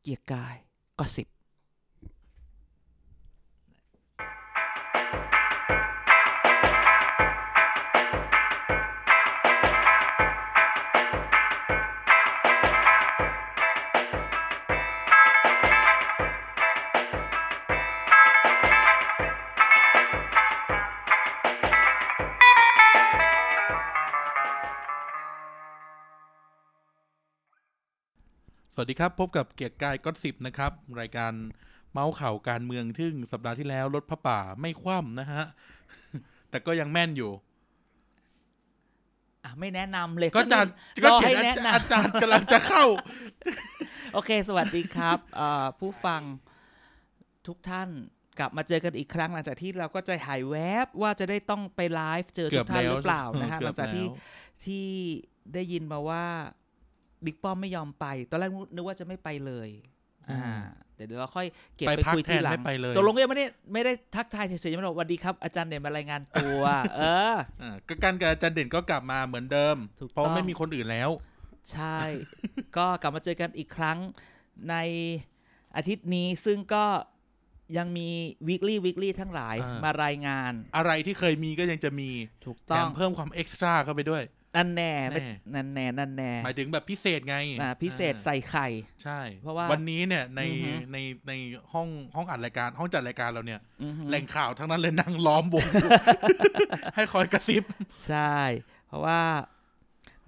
เกียร์กายก็สิบ สวัสดีครับ พบกับเกียรติกายก็สิบนะครับ รายการเมาส์ข่าวการเมืองทึ่งสัปดาห์ที่แล้วรถพระป่าไม่คว่ำนะฮะ แต่ก็ยังแม่นอยู่ อ่ะไม่แนะนำเลย ก็อาจารย์ ร ก็ อ เขีย ให้ นอา แนะนจารย์อาจารย์กำลังจะเข้า ำโอเค สวัสดีครับ เอ่อผู้ฟังทุกท่านกลับมาเจอกันอีกครั้งหลังจากที่เราก็ใจหายแวบว่าจะได้ต้องไปไลฟ์ เจอทุกท่านหรือเปล่านะฮะห เกื ลั อบ งจากที่ แล้ว ที่ได้ยินมาว่าบิ๊กป้อมไม่ยอมไป ตอนแรกนึกว่าจะไม่ไปเลย อ่า อืม เดี๋ยวเราค่อยเก็บ ไป ไป พัก คุย แท ที น หลั ไม่ ง ไปเลย ตกลงก็ยังไม่ได้ไม่ได้ทักทายเฉยๆยังไม่บอกสวัสดีครับ อาจารย์เด่นมารายงานตัว เออ อ่าก็การกับอาจารย์เด่นก็กลับมาเหมือนเดิม ถูก เพราะ ต้อง ไม่มีคนอื่นแล้ว ใช่ ก็กลับมาเจอกันอีกครั้งในอาทิตย์นี้ซึ่งก็ยังมี weekly weekly ทั้งหลาย อ่าม มารายงาน อะไรที่เคยมีก็ยังจะมี ถูก แถ ต้อง มเพิ่มความเอ็กซ์ตร้าเข้าไปด้วย นั่นแน่ แน่ นั่นแน่นั่นแน่ หมายถึงแบบพิเศษไง อ่าพิเศษ อ่า ใส่ไข่ ใช่ เพราะว่า วันนี้เนี่ยใน อือฮึ ในในห้องห้องอัดรายการห้องจัดรายการเราเนี่ย อือหือ แหล่งข่าวทั้งนั้นเลยนั่งล้อมวง ให้คอยกระซิบ ใช่ เพราะว่า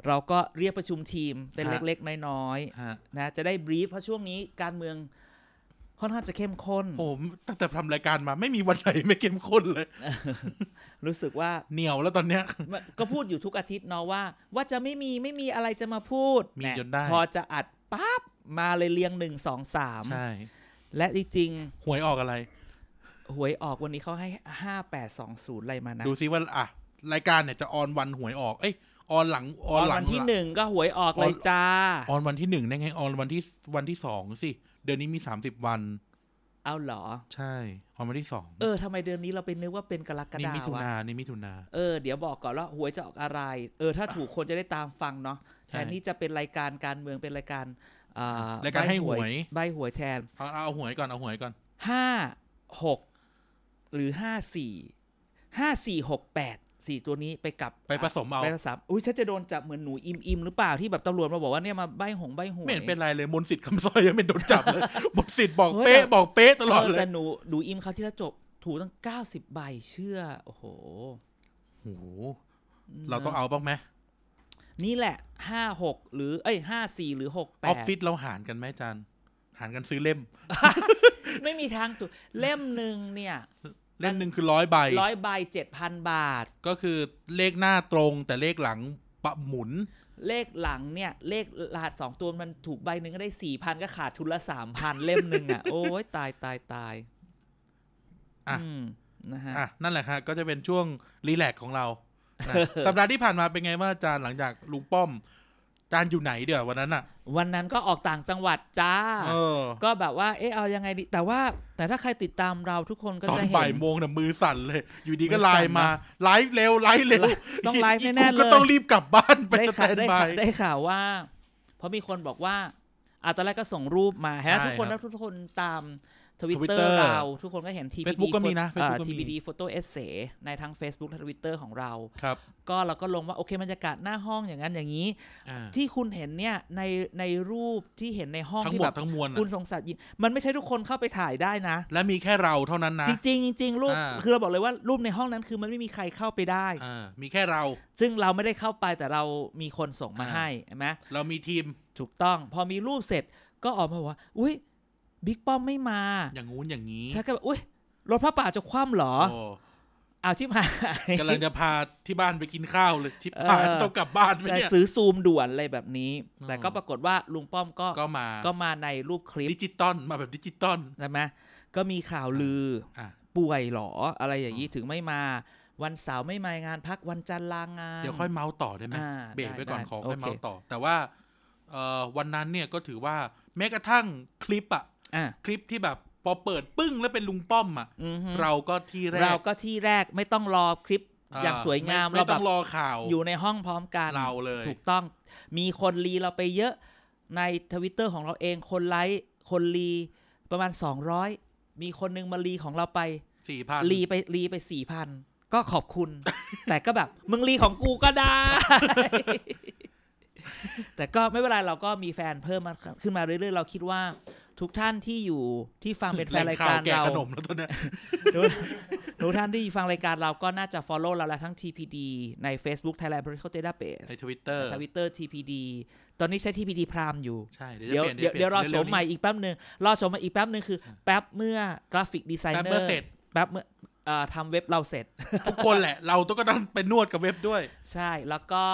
เราก็เรียกประชุมทีมเป็น ฮะ เล็กๆ น้อยๆนะจะได้บรีฟเพราะช่วงนี้การเมืองค่อนข้างจะเข้มข้น ผมตั้งแต่ทำรายการมาไม่มีวันไหนไม่เข้มข้นเลย รู้สึกว่า เหนียวแล้วตอนเนี้ย มัน ก็พูดอยู่ทุกอาทิตย์เนาะว่า ว่าจะไม่มีไม่มีอะไรจะมาพูด มี แหะ จนได้ พอจะอัดปั๊บมาเลยเรียงหนึ่งสองสาม ใช่ และจริง หวยออกอะไร ๆหวยออกวันนี้เขาให้ห้าแปดสองศูนย์อะไรมานะ ดูซิว่าอ่ะรายการเนี่ยจะออนวันหวยออกเอ้ยออนหลังออนหลั วั ง นที่หนึ่งก็หวยออกเลยจ้า ออนวันที่หนึ่งได้ไงออนวันที่วันที่สองสิเดือนนี้มีสามสิบวัน เอาเหรอ ใช่ออนวันที่สอง เออทำไมเดือนนี้เราไปนึกว่าเป็นกรกฎา นี่มิถุ วะ นานี่มิถุนา เออเดี๋ยวบอกก่อนว่าหวยจะออกอะไร เออถ้าถูกคนจะได้ตามฟังเนาะ ใช่ แทนที่จะเป็นรายการการเมืองเป็นรายการอ่ รายการให้หวย ใบหวยแทน เอาเอาหวยก่อนเอาหวยก่อน ห้าหกหรือห้าสี่ห้าสี่หกแปดสี่ตัวนี้ไปกลับ ไปผสมเอา ไปผสมอุ้ยฉันจะโดนจับเหมือนหนูอิมอิมหรือเปล่าที่แบบตำรวจมาบอกว่าเนี่ยมาใบหงใบหวย ไม่เห็นเป็นไรเลยมนต์สิทธิ์คำสร้อยยังไม่โดนจับ เลย มนต์สิทธิ์บอก เฮ้ย เป๊ะ แต่ บอกเป๊ะตลอด เอ เล อย แต่หนูหนูอิมเขาวที่แล้วจบถูกตั้งเก้าสิบใบเชื่อโอ้โห โอ้โหเราต้องเอาบ้างไหม นี่แหละห้าหกหรือเอ้ยห้าสี่หรือหก อ แป อฟ ด ฟิศเราหารกันไหมอาจารย์ หารกันซื้อเล่ม ไม่มีทางถูกเล่มหนึ่งเนี่ย เล่มหนึ่งคือร้อยใบ ร้อยใบเจ็ดพันบาท ก็คือเลขหน้าตรง แต่เลขหลังปะหมุน เลขหลังเนี่ย เลขรหัสสองตัวมันถูกใบหนึ่งก็ได้สี่พันก็ขาดทุนละสามพันเล่มหนึ่งอ่ะ โอ้ยตายตายตาย อ่ะ อืมนะฮะ อ่ะนั่นแหละฮะก็จะเป็นช่วงรีแลกซ์ของเรา นะสัปดาห์ที่ผ่านมาเป็นไงว่างอาจารย์หลังจากลุงป้อมอาจารย์อยู่ไหนเดี๋ยววันนั้นอ่ะ วันนั้นก็ออกต่างจังหวัดจ้า เออ ก็แบบว่า เอ๊ะเอายังไงดี แต่ว่าแต่ถ้าใครติดตามเราทุกคนก็ ตอน จะ บ่า เห็ ย น โมงน่ะมือสั่นเลย อยู่ดีก็ มือ ไล สั่น น์มา นะ ไลฟ์เร็วไลฟ์เร็ว ต้องไลฟ์แน่ๆ คุณก็ เลย ต้องรีบกลับบ้านไป ได้ สแต ข่าวน ได้ บา ข่าวย ได้ข่าวว่าเพราะมีคนบอกว่าอ่ะตอนแรกก็ส่งรูปมาฮะ ใช่ ทุกคน ครั แล้ บ วทุกคนตามทวิตเตอ Twitter ร์เรา ทุกคนก็เห็น TPD Facebook ก็มีนะ อ่า Facebook ก็มี TPD Photo Essay ในทั้ง Facebook และ Twitter ของเรา ครับ ก็เราก็ลงว่า โอเคบรรยากาศหน้าห้องอย่างนั้นอย่างนี้ อ่า ที่คุณเห็นเนี่ยในในรูปที่เห็นในห้อง ทั้ง ที่ หม แบ ด บ ทั้งมวล คุณ น่ะ สงสัยยิ้มมันไม่ใช่ทุกคนเข้าไปถ่ายได้นะ และมีแค่เราเท่านั้นนะ จริงๆจริงๆรูป อ่า คือเราบอกเลยว่ารูปในห้องนั้นคือมันไม่มีใครเข้าไปได้ อ่ามีแค่เรา ซึ่งเราไม่ได้เข้าไปแต่เรามีคนส่งมา อ่า ให้ใช่ไหม เรามีทีม ถูกต้องพอมีรูปเสร็จก็ออกมาบอกว่า อุ้ยบิ๊กป้อมไม่มา อย่างงู้นอย่างนี้ ฉันก็แบบอุ้ยรถพระป่าจะคว่ำเหรอ โอ้ เอาวชิบหาย กำลังจะพาที่บ้านไปกินข้าวเลยที่ เออ บ้านต้องกลับบ้านไป แต่ เนี่ย ซื้อซูมด่วนอะไรแบบนี้ อืม แต่ก็ปรากฏว่าลุงป้อมก็ ก็มา ก็มาในรูปคลิป ดิจิตอลมาแบบดิจิตอล ใช่ไหมก็มีข่าวลือ อ่ะ ป่วยเหรออะไรอย่างนี้ถึงไม่มา วันเสาร์ไม่มางานพักวันจันทร์ลางาน เดี๋ยวค่อยเมาส์ต่อได้ไหม อ่า เบรกไว้ ได้ ก่อน ได้ ขอค่อย โอเค เมาส์ต่อ แต่ว่าเอ่อวันนั้นเนี่ยก็ถือว่าแม้กระทั่งคลิปอะ อ่ะ คลิปที่แบบพอเปิดปึ้งแล้วเป็นลุงป้อมอะ อือฮึ เราก็ที่แรก เราก็ที่แรกไม่ต้องรอคลิปอย่างสวยงาม ไไม่ เราแบ ต้อบ งรอข่าว อยู่ในห้องพร้อมกัน เราเลย ถูกต้องมีคนรีเราไปเยอะในทวิตเตอร์ของเราเองคนไลค์ คนรีประมาณ 200 มีคนนึงมารีของเราไป สี่พัน รีไปรีไปสี่พันก็ขอบ คุณ แต่ก็แบบมึงรีของกูก็ได้ แต่ก็ไม่เป็นไรเราก็มีแฟนเพิ่มมาขึ้นมาเรื่อยๆ เราคิดว่า ทุกท่านที่อยู่ที่ฟังเป็นแฟนรายการ แก่ เรา ขนมแล้วตอนเนี้ย ทุกท่านที่ฟังรายการเราก็น่าจะ follow เราแล้วทั้ง TPD ใน Facebook Thailand Political Database ในทวิตเตอร์ ทวิตเตอร์ TPD ตอนนี้ใช้ TPD พรามอยู่ ใช่เดี๋ยว เดี๋ยจะว เปลี่ยน เดี๋ยวเดี๋ยวรอชปลี่นร็ ม ๆนี้ ใหม่อีกแป๊บหนึ่งรอชมใหม่อีกแป๊บหนึ่งคือ แป๊บเมื่อกราฟิกดีไซ แป๊บ เนอ เมื่อ ร์ เสร็จ แป๊บเมื่อเอ่อทำเว็บเราเสร็จ ทุกคนแหละ เราต้องก็ต้องไปนวดกับเว็บด้วย ใช่แล้วก็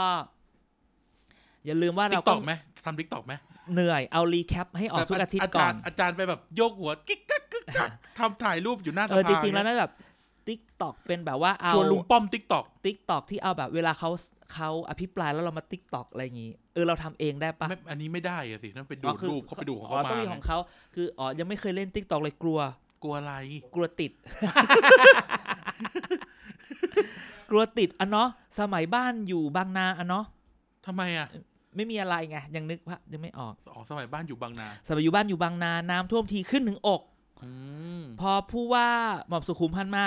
อย่าลืมว่า ติ๊ เรา กต ก็ อกไหมทำติ๊กตอกไหม เหนื่อยเอารีแคปให้ออกทุกอาทิตย์ก่ จา อ ร น ย์อาจารย์ไปแบบโยกหัวกิ๊กกักกิ๊กกักทำถ่ายรูปอยู่หน้าส เอ ภา อจริงๆแล้วนั่นแบบติ๊กตอกเป็นแบบว่าเอา ชวนลุงป้อมติ๊กตอก ติ๊กตอกที่เอาแบบเวลาเขาเขาอภิปรายแล้วเรามาติ๊กตอกอะไรอย่างงี้ เออเราทำเองได้ปะ อันนี้ไม่ได้อะสินั่นไปดู อ๋อ ด คือ รูปเขาไปดูของเขา อ๋อ มา ต้องมีของเขาคืออ๋อยังไม่เคยเล่นติ๊กตอกเลยกลัว กลัวอะไร กลัวติด กลัวติดอ่ะเนาะสมัยบ้านอยู่บางนาอ่ะเนาะ ทำไมอ่ะ ไม่มีอะไรไงยังนึกว่ายังไม่ออก อ๋อสมัยบ้านอยู่บางนา สมัยอยู่บ้านอยู่บางนาน้ำท่วมทีขึ้นถึงอก อืม พอผู้ว่าหม่อมสุขุมพันธ์มา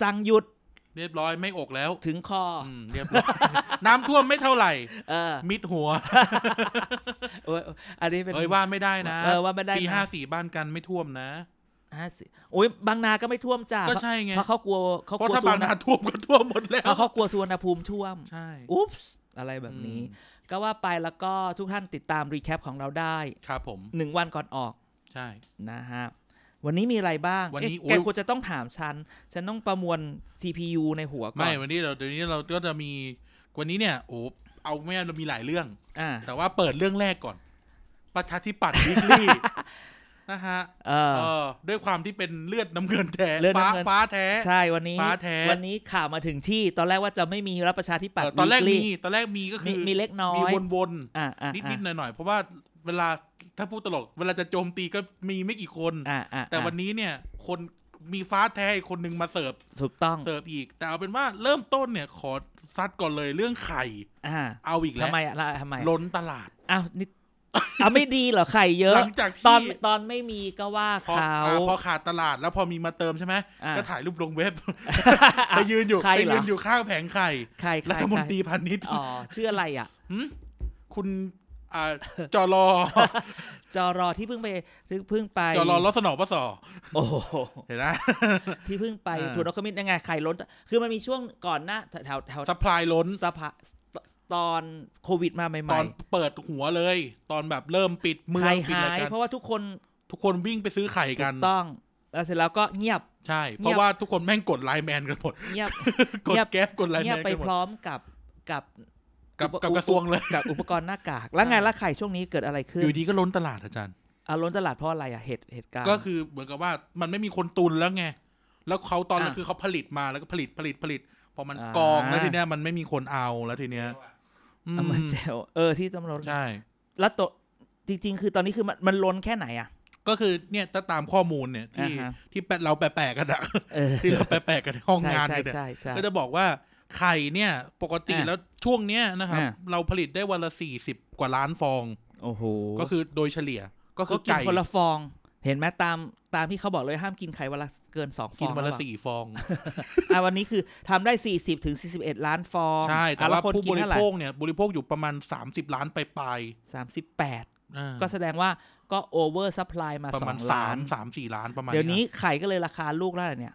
สั่งหยุด เรียบร้อยไม่อกแล้ว ถึงคออ อืมเรียบ ร้อย น้ำท่วมไม่เท่าไหร่ เออ มิดหัว โอ้ยอันนี้เป็น เอ้ยว่าไม่ได้นะ เออว่าไม่ได้นะ ปีห้าสี่บ้านกันไม่ท่วมนะ ห้าสิบโอ้ยบางนาก็ไม่ท่วมจ้า ก็ใช่ไง เพราะเขากลัวเขากเพลัวราะถ้า สุว บาร ง รณ นาท่วม ก็ท่วมหมดแล้ว เอาเขากลัวสุวรรณภูมิท่วม ใช่ อุ๊ปส์อะไรแบบนี้ อืม ก็ว่าไปแล้วก็ทุกท่านติดตามรีแคปของเราได้ ครับผม หนึ่งวันก่อนออก ใช่ นะฮะ วันนี้มีอะไรบ้าง วันนี้ เอ๊ะ โอ้ย แกควรจะต้องถามฉัน ฉันต้องประมวล CPU ในหัวก่อน ไม่วันนี้เราเดี๋ยวนี้เราก็จะมีวันนี้เนี่ยโอ้เอาแม่เรามีหลายเรื่อง อ่า แต่ว่าเปิดเรื่องแรกก่อน ประชาธิปัตย์ วิก ลี่นะฮะ เออ เออด้วยความที่เป็นเลือดน้ำเงินแท้ เลือด ฟ้า น้ำเงิน ฟ้าแท้ ใช่วันนี้ ฟ้าแท้ วันนี้ข่าวมาถึงที่ ตอนแรกว่าจะไม่มีรับประชาธิปัต เอ ย์ อตอนแรก วีคมีลี่ ตอนแรกมีก็ มี คือ มีเล็กน้อ มี ย วน อ่าอ่า ๆนิดๆหน่อยๆเพราะว่าเวลาถ้าพูดตลก เวลาจะโจมตีก็มีไม่กี่คน อ่าอ่า แต่วันนี้เนี่ย คนมีฟ้าแท้อีกคนหนึ่งมาเสิร์ฟ ถูกต้อง เสิร์ฟอีก แต่เอาเป็นว่าเริ่มต้นเนี่ย ขอซัดก่อนเลยเรื่องไข่ อ่า เอาอีกแล้ ทำ ว ไมอ่ะล่ะทำไม ล้นตลาด อ้าวนิดอ้าวไม่ดีเหรอไข่เยอะ หลังจากที่ ตอนตอนไม่มีก็ว่า พอ เขา อ่าพอขาดตลาดแล้วพอมีมาเติมใช่ไหม อ่า ก็ถ่ายรูปลงเว็บ ไปยืนอยู่ ใคร ไป เหรอ ยืนอยู่ข้างแผงไข่ ไข่ไข่ รัฐมนตรี ไข่ พาณิชย์ อ๋อชื่ออะไรอ่ะ หึคุณอ่าจอรอ จอรอที่เพิ่งไปที่เพิ่งไป จอรอรสนอปสอ โอ้โห เห็นไหม ที่เพิ่งไป อ่า สวนนกขมิ้นยังไงไข่ล้น คือมันมีช่วงก่อนหน้าแถวแถวแถว ซัพพลายล้น สภาตอนโควิดมาให ตอ ม่ นเปิดหัวเลย ตอนแบบเริ่มปิดเมื ๆ อง ไข่ ปิด หา อะไร ย กัน เพราะว่าทุกคน ทุกคนวิ่งไปซื้อไข่ ถู กัน กต้อง แล้วเสร็จแล้วก็เงียบ ใช่ เพ เงี ราะ ยบ ว่าทุกคนแม่งกดไลน์แมนกันหมด เงียบ กด เงียบ แก๊ปกดไลน์ เงีย แม บ น ไป กันหม พ ด ร้อมกับกับ กับ อุป กับกระทรวงเลย กับอุปกรณ์หน้ากาก แล้วไงละไข่ช่วงนี้เกิดอะไรขึ้ อนยู่ดีก็ล้นตลาดอาจารย์ อาล้นตลาดเพราะอะไรอะเหตุเหตุการณ์ ก็คือเหมือนกับว่ามันไม่มีคนตุนแล้วไง แล้วเขาตอนนั้น อ่ะ คือเขาผลิตมาแล้วก็ผลิตผลิตผลิต พอมัน อ่าก ก องแล้วทีเนี้ยมันไม่มีคนเอาแล้วทีเนี้ยอืม เอามาแจวเออที่ตำรวจ ใช่ แล้วตัวจริง ๆ คือตอนนี้คือมันมันล้นแค่ไหนอะ ก็คือเนี่ยถ้าตามข้อมูลเนี่ยที่ อ่าฮะ ที่แปะเราแปะๆกันอะ เออ ที่เราแปะๆกันในห้อง ใช่ งาน ใช่ กันเนี่ย ใช่ใช่ ก็จะบอกว่าไข่เนี่ยปกติ อ่ะ แล้วช่วงเนี้ยนะครับ อ่ะ เราผลิตได้วันละสี่สิบกว่าล้านฟอง โอ้โห ก็คือโดยเฉลี่ยก็คื ก็ อ กิน ไก่ คนละฟอง เห็นไหมตามตามที่เขาบอกเลยห้ามกินไข่วันละเกินสองฟ กิ อน ง วันละ แว สี่ฟอง อ่ะวันนี้คือทำได้สี่สิบถึงสี่สิบเอ็ดล้านฟอง ใช่ แต่ อ่ะล้ ว่าผู้บ กิน ริ เท่าไห โภคเนี่ยบริโภคอยู่ประมาณ 30 ล้านไปลาย สามสิบแปด ๆอ่า ก็แสดงว่าก็โอเวอร์ซัพพลายมา ประ สอ มาณ ง สา ล้าม น สามสี่ล้านประมาณ เดี๋ยวนี้ ะ ไข่ก็เลยราคาลูกแล้วเหรอเนี่ย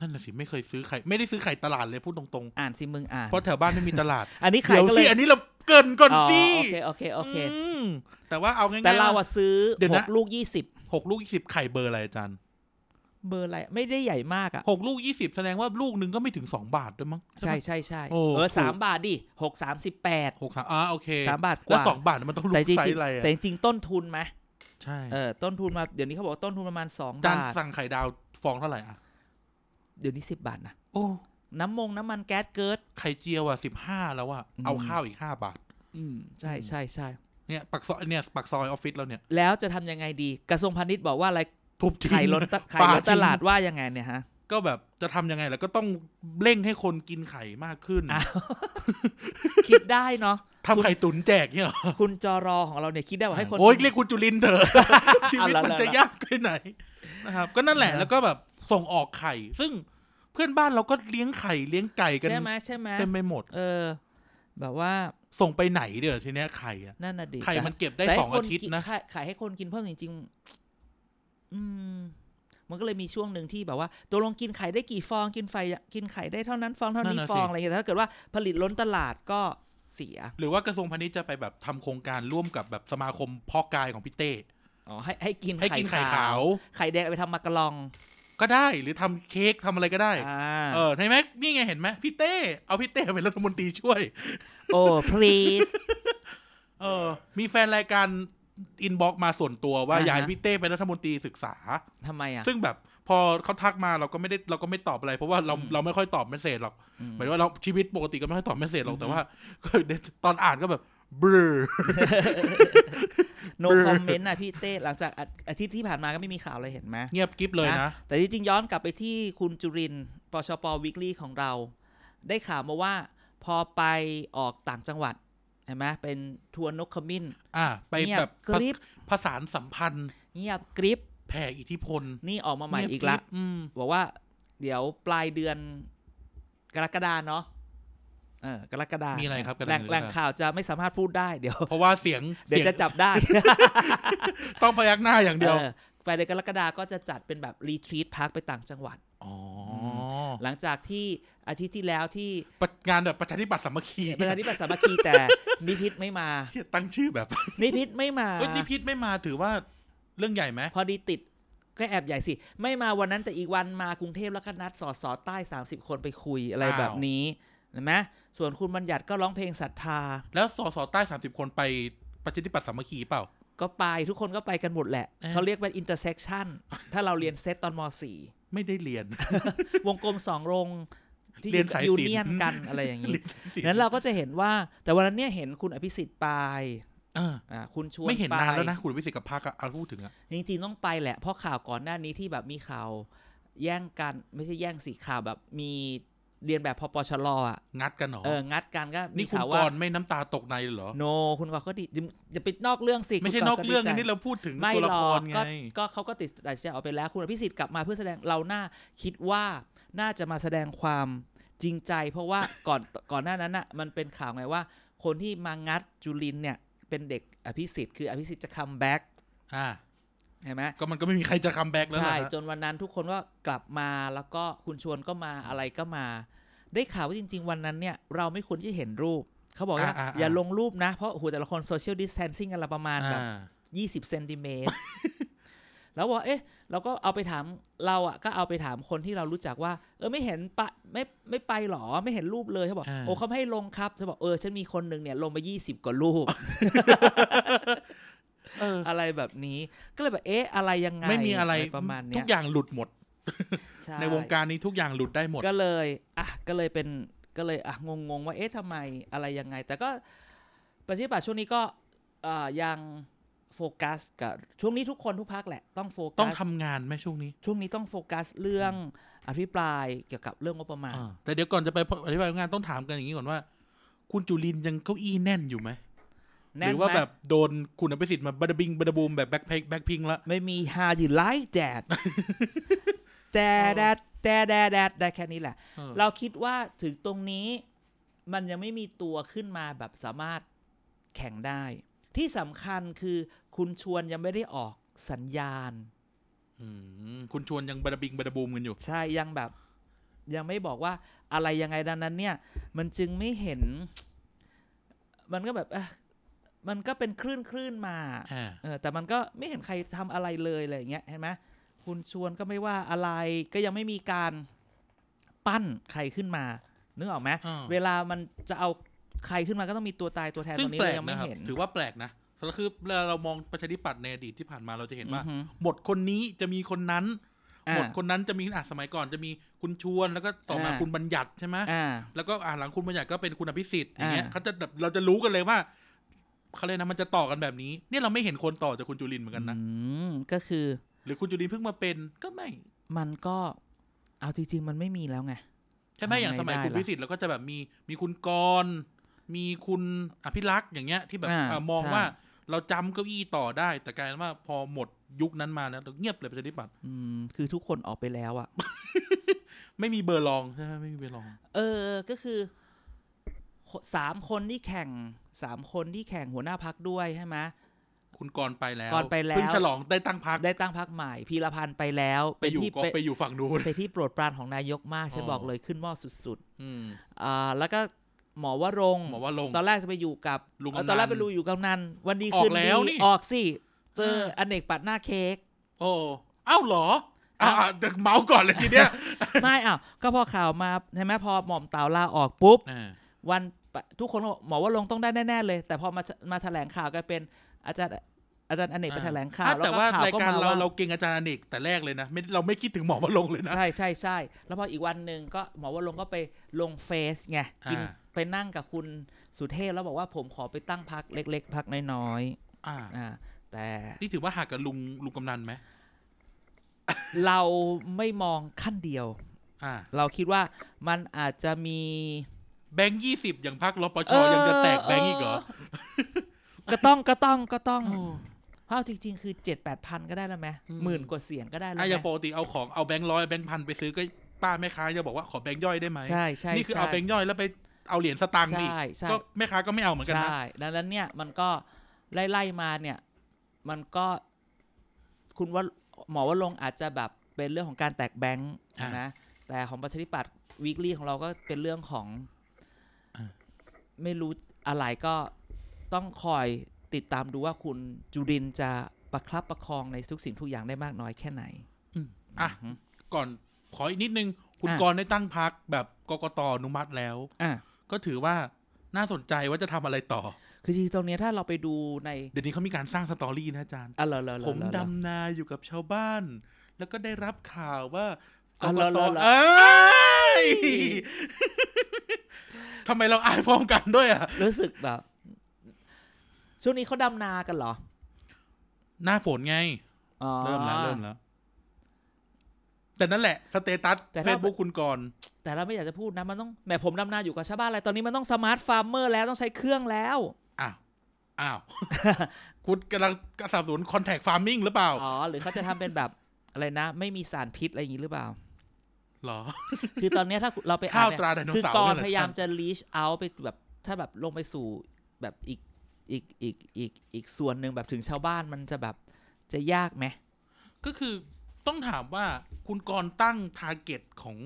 นั่นน่ะสิไม่เคยซื้อไข่ไม่ได้ซื้อไข่ตลาดเลยพูดตรง อ่านสิมึงอ่า ๆ น เพราะแถวบ้านไม่มีตลาด อันนี้ไข่ เดี๋ยว ก็เล สิ ย อันนี้เราเกรินก่อน อ๋อ สิ โอเคโอเคโอเค อืมแต่ว่าเอาง่ายๆ แต่เรา ว่ อะซื้อ เดี๋ยว ห นะ กลูกยี่สิบ หกลูกยี่สิบไข่เบอร์อะไรอาจารย์ เบอร์อะไรไม่ได้ใหญ่มากอะ หกลูกยี่สิบแสดงว่าลูกหนึ่งก็ไม่ถึงสองบาทด้วยมั้ง ใช่ ไหม ใช่ใช่ โอ้ เออ ถูก สามบาทดิหกสามสิบแปด หกสามอ่าโอเค สามบาทก แล้ว ว่า สองบาทมันต้องลูก แต่จ ไซ ริง ส์อะไร ๆ อะ แต่จริงๆต้นทุนไหม ใช่ เออต้นทุนมาเดี๋ยวนี้เขาบอกว่าต้นทุนประมาณสอง อาจาร บา ย์ ท สั่งไข่ดาวฟองเท่าไหร่อ่ะ เดี๋ยวนี้สิบบาทนะ โอ้ น้ำมงน้ำมันแก๊สเกิด ไข่เจียวอ่ะสิบห้าแล้วอ่ะ อืม เอาข้าวอีกห้าบาท อืมใช่ใช่ใช่ เนี่ยปักซอยเนี่ยปักซอยออฟฟิศเราเนี่ย แล้วจะทำยังไงดี กระทรวงพาณิชย์บอกว่าอะไร ทุบทิ้ง ไข่ล้นตะไข่ ป ล้นตลาด ทิ้ง ว่ายังไงเนี่ยฮะ ก็แบบจะทำยังไงแล้วก็ต้องเร่งให้คนกินไข่มากขึ้น อ่ะ คิดได้ เนาะ ทำไข่ตุ๋นแจกเนี่ยเหรอ คุณจอรอของเราเนี่ยคิดได้ว่าให้คน โอ้ยเรียกคุณจุลินเถ อะ ชีวิต เอาละ มัน ละ จะ ละ ยากไปไหนนะครับ ก็นั่นแหละแล้วก็แบบส่งออกไข่ ซึ่งเพื่อนบ้านเราก็เลี้ยงไข่เลี้ยงไก่กัน ใช่ไหมใช่ไหม เต็มไปหมด เออ แบบว่า ส่งไปไหนเดี๋ยวทีเนี้ยไข่อะ นั่นน่ะดิ ไข่มันเก็บได้ แต่ให้ สอง คน อาทิตย์ กิ นะ ขายขายให้คนกินเพิ่มจริงๆอืม มันก็เลยมีช่วงหนึ่งที่แบบว่าตกลงกินไข่ได้กี่ฟองกินไฟกินไข่ได้เท่านั้นฟองเท่านี้ฟองอะไรอย่างเงี้ยแต่ถ้าเกิดว่าผลิตล้นตลาดก็เสีย หรือว่ากระทรวงพาณิชย์จะไปแบบทำโครงการร่วมกับแบบสมาคมเพ่อกายของพี่เต้ อ๋อให้ให้กิน ให้กินไข่ขาว ไข่แดงเอาไปทำมากะลอง ก็ได้หรือทำเค้กทำอะไรก็ได้ อ่า เออเห็นไหมนี่ไงเห็นไหมพี่เต้เอาพี่เต้เป็นรัฐมนตรีช่วย โอ้ please เออ มีแฟนรายการอินบ็อกมาส่วนตัวว่า อ่าฮะ อยากให้พี่เต้เป็นรัฐมนตรีศึกษา ทำไมอ่ะ ซึ่งแบบพอเขาทักมาเราก็ไม่ได้เราก็ไม่ตอบอะไร เพราะว่าเรา อืม เราไม่ค่อยตอบเมสเซจหรอก อืม หมายถึงว่าเราชีวิตปกติก็ไม่ค่อยตอบเมสเซจหรอกแต่ อือฮึ ว่าก็ตอนอ่านก็แบบบรอ โนคอมเมนต์นะพี่เต้หลังจากอาอาทิตย์ที่ผ่านมาก็ไม่มีข่าวอะไรเห็นไหม เงียบกริบเลยนะ แต่ที่จริงย้อนกลับไปที่คุณจุรินทร์ปชปวิกลี่ของเรา ได้ข่าวมาว่า พอไปออกต่างจังหวัดเห็นไหมเป็นทัวร์นกขมิ้น อ่า ไป เงี แบบ กริบ ผสานสัมพันธ์ เงียบกริบ แผ่อิทธิพล นี่ออกมาใหม่ เงียบ อีกละ ริบอืม บอกว่า เดี๋ยวปลายเดือนกรกฎาเนาะเออกรกฎา มี มี อะไรครับกรกฎา แหล่งแหล่งข่าวจะไม่สามารถพูดได้เดี๋ยว เพราะว่าเสียง เดี๋ยวจะจับได้ เสียงต้องพยักหน้าอย่างเดียว ออไปเดือนกรกฎาก็จะจัดเป็นแบบรีทรีตพักไปต่างจังหวัด อ๋อ หลังจากที่อาทิตย์ที่แล้วที่ ประงานแบบประชาธิปัตย์สามัคคี ประชาธิปัตย์สามัคคีแต่ นิพิษไม่มา เหี้ยตั้งชื่อแบบ นิพิษไม่มา เอ้ยนิพิษไม่มาถือว่าเรื่องใหญ่ไหม พอดีติดก็แอบใหญ่สิ ไม่มาวันนั้นแต่อีกวันมากรุงเทพแล้วก็นัดสอสอใต้ 30 คนไปคุยอะไรแบบนี้เห็นไหมส่วนคุณบัญญัติก็ร้องเพลงศรัทธา แล้วสสใต้สามสิบคนไปประชาธิปัตย์สามัคคีเปล่า ก็ไปทุกคนก็ไปกันหมดแหละ เออ เขาเรียกเป็นอินเตอร์เซ็กชันถ้าเราเรียนเซตตอนม ไม่ได้เรียน .4 วงกลมสองรงที่ เรียนสายศิลป์ ยูเนียนกันอะไรอย่าง นี้ นั้นเราก็จะเห็นว่าแต่วันนั้นเนี่ยเห็นคุณอภิสิทธิ์ไป เออ อ่าคุณชวน ไม่เห็น ป นานแล้วนะคุณวิสิทธิ์กับภาคอาพูดถึงอะ จริงๆต้องไปแหละเพราะข่าวก่อนหน้านี้ที่แบบมีข่าวแย่งกันไม่ใช่แย่งสีข่าวแบบมีเรียนแบบพปชรอ่ะ งัดกันเหรอ เอองัดกันก็มี นี่คุณ ข่าว ก ว่าร ณ์ไม่น้ำตาตกในเลยเหรอ โนคุณกรณ์ก็ดีจะจะปิดนอกเรื่องสิ ไม่ใช่ คุณ นอก ณ์ เรื่องอัน ดี นี้ ใจ เราพูดถึง ไม่ ตัวละ หร ค อ ร ก ไง ก็ก็เขาก็ติดตัดใจออกไปแล้ว คุณอภิสิทธิ์กลับมาเพื่อแสดงเราหน้าคิดว่าน่าจะมาแสดงความจริงใจ เพราะว่าก่อน ก่อนหน้านั้นอ่ะมันเป็นข่าวไงว่า คนที่มางัดจุลินเนี่ยเป็นเด็กอภิสิทธิ์คืออภิสิทธิ์จะคัมแบ็ก อ่า ใช่ไหม ก็มันก็ไม่มีใครจะคัมแบ็กแล้วล่ะ ใช่ ฮะ จนวันนั้นทุกคนก็กลับมาแล้วก็คุณชวนก็มาอะไรก็มา ได้ข่าวว่าจริง ๆ วันนั้นเนี่ย เราไม่ควรที่จะเห็นรูป เขาบอกว่า อย่าลงรูปนะ เพราะโอ้โหแต่ละคนโซเชียลดิสแทนซิ่งกันละประมาณแบบ อ่า ยี่สิบเซนติเมตร แล้วบอกเอ๊ะ เราก็เอาไปถามเราอ่ะ ก็เอาไปถามคนที่เรารู้จักว่า เออไม่เห็นปะไม่ไม่ไปหรอไม่เห็นรูปเลยเขาบอก อ่า โอ้เขาไม่ให้ลงครับจะบอกเออฉันมีคนหนึ่งเนี่ยลงไปยี่สิบกว่ารูป เออ อะไรแบบนี้ ก็เลยแบบเอ๊ะอะไรยังไง ไม่มีอะไร ประมาณเนี้ ทุกอย่างหลุดหมด ช่ ในวงการนี้ทุกอย่างหลุดได้หมด ก็เลยอ่ะก็เลยเป็นก็เลยอ่ะงงงๆว่าเอ๊ะทำไมอะไรยังไง แต่ก็ประชาธิปัตย์ช่วงนี้ก็เอ่อยังโฟกัสกับช่วงนี้ทุกคนทุกพักแหละต้องโฟกัส ต้องทำงานไหมช่วงนี้ ช่วงนี้ต้องโฟกัสเรื่องอภิปรายเกี่ยวกับเรื่องงบประมาณ อ่าแต่เดี๋ยวก่อนจะไปอธิบายงานต้องถามกันอย่างนี้ก่อนว่า คุณจุลินยังเก้าอี้แน่นอยู่ไหมห แน่น รือ ไหม ว่าแบบโดนคุณอภิสิทธิ์มาบัดบิงบัดบูมแบบแบ็คแพ็คแบ็คพิงละ ไม่มีฮาอยู่ไลฟ์แดด แดดแดดแดดแดดแดดได้แค่นี้แหละ เออ เราคิดว่าถึงตรงนี้ มันยังไม่มีตัวขึ้นมาแบบสามารถแข่งได้ ที่สำคัญคือคุณชวนยังไม่ได้ออกสัญญาณ อืมคุณชวนยังบัดบิงบัดบูมกันอยู่ ใช่ยังแบบ ยังไม่บอกว่าอะไรยังไงดังนั้น เนี่ย มันจึงไม่เห็น มันก็แบบเอ๊ะมันก็เป็นคลื่นคลื่นๆมา อ่า เออแต่มันก็ไม่เห็นใครทำอะไรเลยอะไรอย่างเงี้ยเห็นไหมคุณชวนก็ไม่ว่าอะไรก็ยังไม่มีการปั้นใครขึ้นมานึกออกไหม อ่า เวลามันจะเอาใครขึ้นมาก็ต้องมีตัวตายตัวแทน ซึ่ ต ง อนนี้ แปล เรา ก ยังไม่ นะครับ เห็น ถือว่าแปลกนะสำหรับคือเวลาเรามองประชาธิปัตย์ในอดีตที่ผ่านมาเราจะเห็นว่า อือฮึ หมดคนนี้จะมีคนนั้น อ่า หมดคนนั้นจะมีอ่ะสมัยก่อนจะมีคุณชวนแล้วก็ต่อมา อ่า คุณบัญญัติใช่ไหม อ่า แล้วก็อ่าหลังคุณบัญญัติก็เป็นคุณอภิสิทธิ์อย่างเงี้ย อ่า เขาจะแบบเราจะรู้กันเลยว่าเขาเลยกนะมันจะต่อกันแบบนี้ เนี่ยเราไม่เห็นคนต่อจากคุณจุลินเหมือนกันนะ อืมก็คือ หรือคุณจุลินเพิ่งมาเป็นก็ไม่ มันก็ เอาจริงๆมันไม่มีแล้วไง ใช่ไหม ทำไง อย่างสมัย ได้ คุณ ล่ะ พิสิทธิ์เราก็จะแบบมีมีคุณกรณ์มีคุณอภิรักษ์อย่างเงี้ย ที่แบบ อ่า อ่ามอง ใช่ ว่าเราจำเก้าอี้ต่อได้ แต่กลายเป็นว่าพอหมดยุคนั้นมานะเราเงียบเลยประชาธิปัตย์ อืมคือทุกคนออกไปแล้วอะ ไม่มีเบอร์รองใช่ไหมไม่มีเบอร์รอง เออ ก็คือคสามคนที่แข่งสามคนที่แข่งหัวหน้าพักด้วยใช่ไหม คุณกรณ์ไปแล้ว กรณ์ไปแล้ว เพิ่งฉลองได้ตั้งพัก ได้ตั้งพักใหม่พีรพันธ์ไปแล้ว ไปอยู่ ที่ ก็ไปอยู่ฝั่งนู้น เป็นที่โปรดปรานของนายกมากฉัน อ๋อ บอกเลยขึ้นหม้อสุด อืม ๆอ่าแล้วก็หมอวรงค์ หมอว่าลง ตอนแรกจะไปอยู่กับ ลุงกำนัน เออตอนแรกไปรูอยู่กำนันวันดี ออก คืน แล้ ดี วนี่ ออกสิเจอ เออ อเนกปัดหน้าเค้ก โอ้เอ้าเหรออ่า อ้าว เดี๋ยวเมาส์ก่อนเลยทีเนี้ย ไม่อ้าวก็พอข่าวมาใช่ไหมพอหม่อมเตาลาออกปุ๊บ เออ วันปะทุกคนก็บอกหมอว่าลงค์ต้องได้แน่ๆเลย แต่พอมามาแถลงข่าวกันเป็นอาจารย์อาจารย์อเนกไปแถลงข่าว อ่ะ แล้ว แต่ ก็ ว่า ข่าว ราย ก็ การ มา เราเรา ว่า เก่งอาจารย์อเนกแต่แรกเลยนะไม่เราไม่คิดถึงหมอว่าลงเลยนะ ใช่ใช่ใช่แล้วพออีกวันหนึ่งก็หมอว่าลงค์ก็ไปลงเฟซไงกิน อ่า ไปนั่งกับคุณสุเทพแล้วบอกว่าผมขอไปตั้งพักเล็ก ๆพักน้อย อ่า ๆอ่าแต่ นี่ถือว่าหักกับลุงลุงกำนันไหม เราไม่มองขั้นเดียว อ่า เราคิดว่ามันอาจจะมี แบงค์ยี่สิบอย่างพักรปช เออ ยังจะแตกแบงค์อีกเหรอ เก็ต้องก็ต้องก็ต้อง โอ้ เพราะจริง ๆ คือเจ็ดแปดพันก็ได้แล้วไหม อืม หมื่นกว่าเสียงก็ได้แล้ว อ่ะ ไหมอย่างปกติเอาของเอาแบงค์ร้อยแบงค์พันไปซื้อก็ป้าแม่ค้าจะบอกว่าขอแบงค์ย่อยได้ไหม ใช่ใช่ นี่คือ ใช่ เอาแบงค์ย่อยแล้วไปเอาเหรียญสตางค์อีก ใช่ใช่ ก็แม่ค้าก็ไม่เอาเหมือนกันนะ ใช่ดังนั้นเนี่ยมันก็ไล่ไล่มาเนี่ย มันก็คุณว่าหมอว่าลงค์อาจจะแบบเป็นเรื่องของการแตกแบงค์นะ แต่ของประชาธิปัตย์วีคลี่ของเราก็เป็นเรื่องของ ไม่รู้อะไรก็ต้องคอยติดตามดูว่าคุณจุรินทร์จะประครับประคองในทุกสิ่งทุกอย่างได้มากน้อยแค่ไหน อ่ะก่อนขออีกนิดนึง คุณ อ่ะ กรณ์ได้ตั้งพักแบบกกตอนุมัติแล้ว อ่ะ ก็ถือว่าน่าสนใจว่าจะทำอะไรต่อ คือจริงๆตรงเนี้ยถ้าเราไปดูใน เดี๋ยวนี้เขามีการสร้างสตอรี่นะอาจารย์ อ่ะเหรอเหรอเหรอ ผม เหรอเหรอ ดำนาอยู่กับชาวบ้าน แล้วก็ได้รับข่าวว่า อ๋อกเหรกอเห ต รอเหรอ เอ้ย เอ้ย ทำไมเราอ ายพร้อมกันด้วยอ่ะ รู้สึกแบบ ช่วงนี้เขาดำนากันเหรอ หน้าฝนไง อ๋อ เริ่มแล้วเริ่มแล้ว แต่นั่นแหละ สเตตัส แต่ เฟ ถ้า ซบุ๊กคุณก่อน แต่เราไม่อยากจะพูดนะมันต้องแหมผมดำนาอยู่กับชาวบ้านอะไรตอนนี้มันต้องสมาร์ทฟาร์มเมอร์แล้วต้องใช้เครื่องแล้ว อ้าว อ้าว คุณกำลังสนับสนุนคอนแทคฟาร์มิงหรือเปล่า อ๋อ หรือเขาจะทำเป็นแบบ อะไรนะ ไม่มีสารพิษอะไรอย่างนี้หรือเป ล่า เหรอ คือตอนเนี้ยถ้าเราไปอ่า ข้าน ว เนี่ย ตราไดโน คือ เสาร์ ก่อน เนี่ พ เหร ยายาม ท่น จะ reach out ไปแบบ ถ้าแบบลงไปสู่แบบอีกอีกอีกอีกอีกส่วนหนึ่งแบบถึงชาวบ้านมันจะแบบจะยากไหม ก็คือต้องถามว่าคุณกรณ์ตั้งทาร์เก็ตของ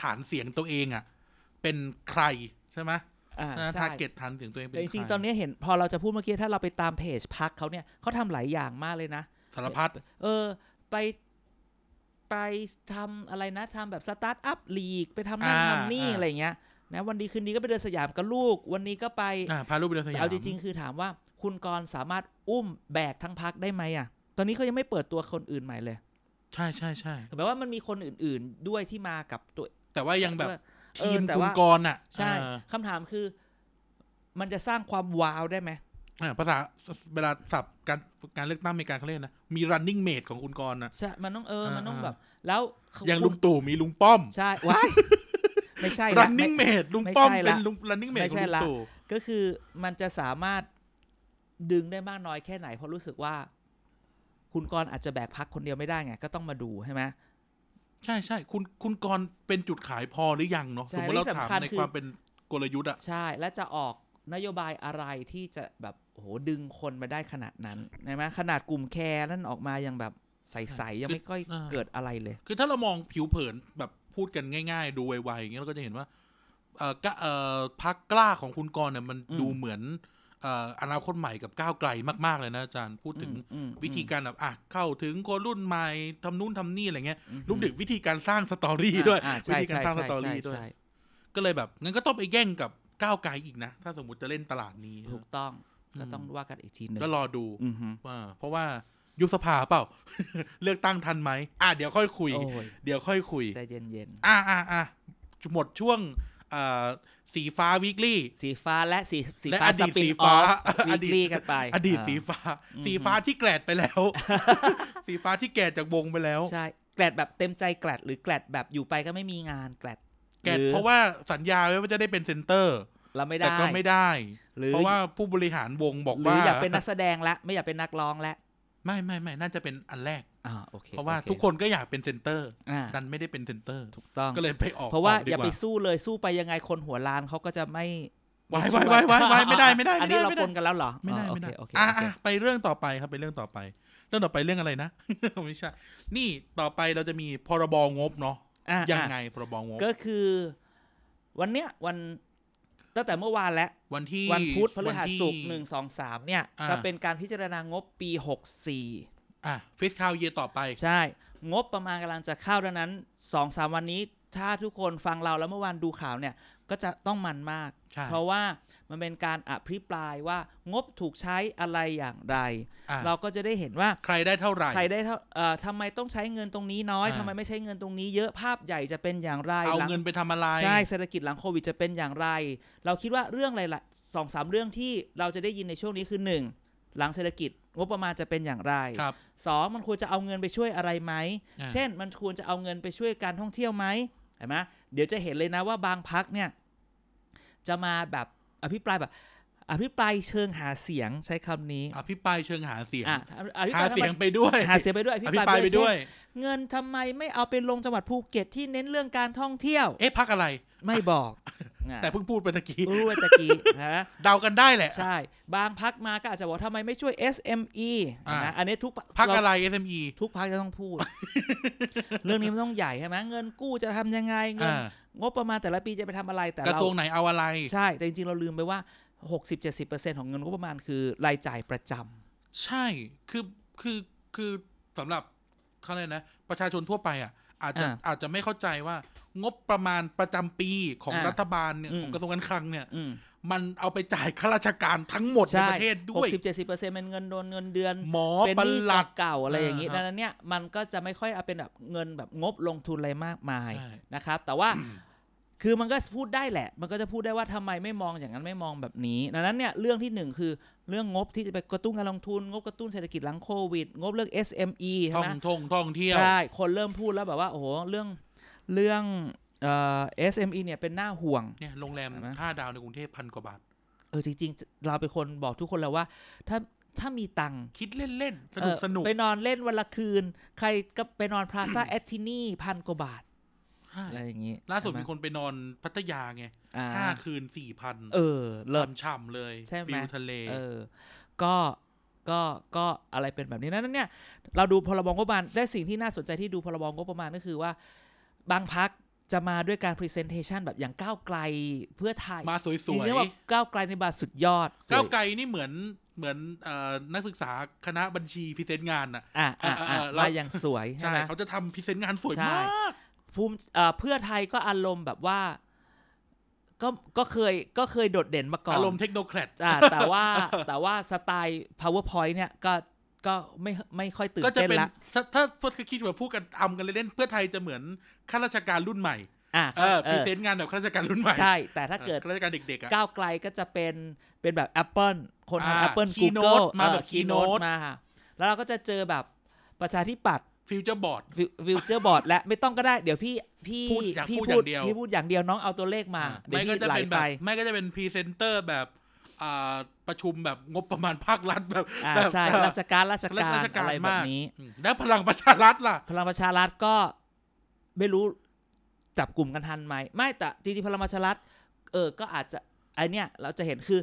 ฐานเสียงตัวเองอ่ะ เป็นใครใช่ไหม อ่า ทา ใช่ ร์เก็ตทันถึงตัวเองเป็น แต่จริง ใค ๆ ตอนนี้เห็นพอเราจะพูดเมื่อกี้ถ้าเราไปตามเพจพักเขาเนี่ยเขาทำหลายอย่างมากเลยนะ สารพัด เออไปไปทำอะไรนะทำแบบสตาร์ทอัพลีกไปทำนั่นทำนี่อะไรอย่างเงี้ยนะวันดีคืนดีก็ไปเดินสยามกับลูก วันนี้ก็ไป อ่าพาลูกไปเดินส แต่ ยาม เอาจริง ๆ คือถามว่าคุณกรณ์สามารถอุ้มแบกทั้งพักได้ไหมอ่ะ ตอนนี้เขายังไม่เปิดตัวคนอื่นใหม่เลย ใช่ใช่ใช่ แปลว่ามันมีคนอื่น ๆ ด้วยที่มากับตัว แต่ว่ายังแบบ เออ ทีม แต่ คุณ ว่า กรณ์อ่ะ ใช่ อ่า คำถามคือ มันจะสร้างความว้าวได้ไหม อ่าภาษาเวลาสับการการเลือกตั้งอเมริกันเขาเรียกนะ มี running mate ของคุณกรณ์นะ ใช่ มันต้องเออ อ่ามั มันต้อง อ่า แบบ แล้วเข อย่าง คุณ ลุงตู่มีลุงป้อม ใช่ ว้าย ไม่ใช่ละ running ไม่ mate ลุง ไม่ ป้อม ใช่ละ เป็นลุง running ไม่ mate ของ ใช่ ลุง ละ ตู่ ก็คือมันจะสามารถดึงได้มากน้อยแค่ไหน เพราะรู้สึกว่า คุณกรณ์อาจจะแบกพักคนเดียวไม่ได้ไง ก็ต้องมาดูใช่ไหม ใช่ใช่คุณคุณกรณ์เป็นจุดขายพอหรือยังเนาะ ใช่ สมมติเรา และที่ ถาม สำคัญ ใน คือ ความเป็นกลยุทธ์อ่ะ ใช่ และจะออกนโยบายอะไรที่จะแบบโอ้โหดึงคนมาได้ขนาดนั้นใช่ไหมขนาดกลุ่มแคร์นั่นออกมายังแบบใสๆยังไม่ค่อยเกิดอะไรเลย คือถ้าเรามองผิวเผินแบบพูดกันง่าย ๆ ดูไวๆอย่างเงี้ยเราก็จะเห็นว่า เอ่อกะเอ่อพักกล้าของคุณกรณ์เนี่ยมัน อืม ดูเหมือนเอ่ออนาคตใหม่กับก้าวไกลมาก ๆ เลยนะอาจารย์พูดถึง อืมอืม วิธีการแบบอ่ะเข้าถึงคนรุ่นใหม่ทำนู่นทำนี่อะไรเงี้ย อืม รวมถึงวิธีการสร้างสตอรี่ด้วย อ่า วิ ใช่ ธีกาใช่รสร้างส ใช่ ตอ ใช่ รี่ด้วย ใช่ ก็เลยแบบงั้นก็ต้องไปแย่งกับก้าวไกลอีกนะ ถ้าสมมติจะเล่นตลาดนี้ ถูกต้อง อืม ก็ต้องว่ากันอีกทีหนึ่ง ก็รอดู อือฮึ ว่าเพราะว่ายุบสภาเปล่า เลือกตั้งทันไหมอ่ะเดี๋ยวค่อยคุย โอ้ย เดี๋ยวค่อยคุย ใจเย็น อ่ะอ่ะอ่ะหมดช่วงเอ่อสีฟ้าวิกฤต ๆสีฟ้าและสีสี และ ฟ้า อ ส ดีต ปิ สี นอ ฟ้า อฟ อ วี ดีต ลีกันไป อดีต เ สีฟ้า สีฟ้าที่แกรดไปแล้ว สีฟ้าที่แก่จากวงไปแล้ว ใช่ แกลดแบบเต็มใจแกลดหรือแกลดแบบอยู่ไปก็ไม่มีงานแกลด แกะ หอ เพราะว่าสัญญาไว้ว่าจะได้เป็นเซนเตอร์ เราไม่ได้ แต่ก็ไม่ได้ หรือ เพราะว่าผู้บริหารวงบอก หรื ว่า ออยากเป็นนักแสดงละไม่อยากเป็นนักร้องละ ไม่ไม่ไม่น่าจะเป็นอันแรก อ่าโอเค เพราะว่า โอ ทุกคนก็อยากเป็นเซนเตอร์ อ่า ดันไม่ได้เป็นเซนเตอร์ ถูกต้อง ก็เลยไปออก เพราะว่า ออกดี อย่าก ไปสู้เลยสู้ไปยังไงคนหัวล้านเขาก็จะไม่ วาย ม่ วา ช่ ยวายวายวายไม่ได้ไม่ได้ อัน ไม่ นี้ ได้ เราปไม่ได้ นกันแล้วเหรอ ไม่ได้ อ๋อ ไม่ได้ โอเคโอเค อ่ะ โอเค อ่ะไปเรื่องต่อไปครับไปเรื่องต่อไป เรื่องต่อไปเรื่องอะไรนะ ไม่ใช่นี่ต่อไปเราจะมีพรบงบเนาะ อ่ะ ยัง อ่ะ ไงพรบงบ ก็คือ วันเนี้ยวันตั้งแต่เมื่อวานแล้ว วันที่ วันพุธพฤหัส ที่ ศุกร์หนึ่งสองสามเนี่ย อ่า ก็เป็นการพิจารณางบปีหกสี่ อ่ะฟิสคาวเยต่อไป ใช่ งบประมาณกำลังจะเข้าดังนั้นสองสามวันนี้ ถ้าทุกคนฟังเราแล้วเมื่อวานดูข่าวเนี่ย ก็จะต้องมันมาก ใช่ เพราะว่ามันเป็นการอภิปรายว่างบถูกใช้อะไรอย่างไร อ่ะ เราก็จะได้เห็นว่า ใครได้เท่าไหร่ ใครได้เท่าเอ่อทำไมต้องใช้เงินตรงนี้น้อย อ่า ทำไมไม่ใช้เงินตรงนี้เยอะภาพใหญ่จะเป็นอย่างไร เอา หลัง เงินไปทำอะไร ใช่เศรษฐกิจหลังโควิดจะเป็นอย่างไร เราคิดว่าเรื่องอะไรละสองสามเรื่องที่เราจะได้ยินในช่วงนี้คือหนึ่งหลังเศรษฐกิจงบประมาณจะเป็นอย่างไร ครับ สองมันควรจะเอาเงินไปช่วยอะไรไหม อ่า เช่นมันควรจะเอาเงินไปช่วยการท่องเที่ยวไหมเห็นไหมเดี๋ยวจะเห็นเลยนะว่าบางพักเนี่ยจะมาแบบอภิปรายแบบ อภิปรายเชิงหาเสียงใช้คำนี้ อภิปรายเชิงหาเสียง อ่ะอภิหาปายรทำไม เสียงไปด้วย หาเสียงไปด้วย อภิปรายไปด้วย เช่นเงินทำไมไม่เอาไปลงจังหวัดภูเก็ตที่เน้นเรื่องการท่องเที่ยว เอ๊ะพักอะไร ไม่บอก นะ แต่เพิ่งพูดไปตะกี้ รู้ไว้ตะ กี้ฮะ เดากันได้แหละ ใช่ บางพักมาก็อาจจะบอกทำไมไม่ช่วย SME อ่า นะอันนี้ทุกพรรค พัก เรา อะไร SME ทุกพักจะต้องพูด เรื่องนี้มันต้องใหญ่ใช่ไหมเงินกู้จะทำยังไงเงิน อ่าง บประมาณแต่ละปีจะไปทำอะไรแต่ กระ เรา ทรวงไหนเอาอะไร ใช่ แต่จริงๆเราลืมไปว่า 60-70%ของเงินงบประมาณคือรายจ่ายประจำ ใช่ คือ คือ คือสำหรับเขาเลยกนะ ประชาชนทั่วไปอ่ะ อาจจะ า อาจจะไม่เข้าใจว่า งบประมาณประจำปีของ อ่า รัฐบาลเนี่ย อืม ของกระทรวงการคลังเนี่ย อืม มันเอาไปจ่ายข้าราชการทั้งหมด ใช่ ในประเทศด้วย 60-70%เป็นเงินโดนเงินเดือน หมอ เป็น ป หนี้ ลัด เก่าๆอะไรอย่างนี้ อ่า ดั ฮะ งนั้นเนี่ยมันก็จะไม่ค่อยเอาเป็นแบบเงินแบบงบลงทุนอะไรมากมาย ใช่ นะครับ แต่ว่า คือมันก็พูดได้แหละ มันก็จะพูดได้ว่าทำไมไม่มองอย่างนั้นไม่มองแบบนี้ดังนั้นเนี่ยเรื่องที่หนึ่งคือเรื่องงบที่จะไปกระตุ้นการลงทุน งบกระตุ้นเศรษฐกิจหลังโควิด งบเรื่อง SME ใช่ ท่ ไห อ ม งท่องท่องเที่ยว ใช่ คนเริ่มพูดแล้วแบบว่าโอ้โหเรื่องเรื่องเอ่อ SME เนี่ยเป็นหน้าห่วง เนี่ย โรงแรม เห็นไหม ห้าดาวในกรุงเทพพันกว่าบาท เออจริงๆ เราเป็นคนบอกทุกคนแล้วว่า ถ้าถ้ามีตังค์ คิดเล่นๆ สนุก เออ สนุก ไปนอนเล่นวันละคืน ใครก็ไปนอนพลา ซ่าแอตทินี่พันกว่าบาท ใช่ อะไรอย่างนี้ ล่าสุด ใช่ไห มีคนไปนอนพัทยาไง อ่า ห้าคืนสี่พัน เออ เลิศ ฉ่ำๆเลย ใช่ไหม วิวทะเล เออ ก็ก็ก็อะไรเป็นแบบนี้นั้นเนี่ย เราดูพรบงบประมาณได้สิ่งที่น่าสนใจที่ดูพรบงบประมาณก็คือว่า บางพักจะมาด้วยการพรีเซนเทชันแบบอย่างก้าวไกลเพื่อไทย มาส จริง วย ๆแล้วแบบก้าวไกลในบาทสุดยอด ๆก้าวไกลนี่เหมือนเหมือนเอ่อนักศึกษาคณะบัญชีพรีเซนต์งานน่ะ อ่ะอ่ะอ่ะ อ่ะอ่ะเรา มาอย่างสวยใช่ ใช่ ไหม เขาจะทำพรีเซนต์งานสวย ใช่ มาก ภูมิเอ่อเพื่อไทยก็อารมณ์แบบว่า ก็ก็เคยก็เคยโดดเด่นมาก่อน อารมณ์เทคโนแครด อ่าแต่ว่า แต่ว่าสไตล์ powerpoint เนี่ยก็ก็ไม่ไม่ค่อยตื่น ก็จะ เต้น เป็น ละ ถ้าถ้าพูดคิดแบบพูดกันอำกันเล่นๆเพื่อไทยจะเหมือนข้าราชการรุ่นใหม่ อ่า เออพรีเซนต์งานแบบข้าราชการรุ่นใหม่ ใช่ แต่ถ้าเกิด ออข้าราชการเด็กๆอ่ะ ก้าวไกลก็จะเป็นเป็นแบบ Apple คนทำ อ่า Apple Keynote Google มาแบบ Keynote มา แล้วเราก็จะเจอแบบประชาธิปัตย์ ฟิวเจอร์บอร์ด ฟิวเจอร์บอร์ดและไม่ต้องก็ได้เดี๋ยวพี่พี่ พูดอยาก พี่ พูดอย่างเดียว พี่พูดอย่างเดียวน้องเอาตัวเลขมาเดี๋ยว ไม่ก็ พี่ จะ ไหล เป็นแบ ไป บไม่ก็จะเป็นพรีเซนเตอร์แบบอ่าประชุมแบบงบประมาณภาครัฐแบบ อ่า แบบ ใช่ เอ่อ ราชการราชการ ราชการ อะไรแบ มา บ ก นี้ อืมแล้วพลังประชารัฐล่ะ พลังประชารัฐก็ไม่รู้จับกลุ่มกันทันไหมไม่แต่จริงๆพลังประชารัฐเออก็อาจจะไอเนี้ยเราจะเห็นคือ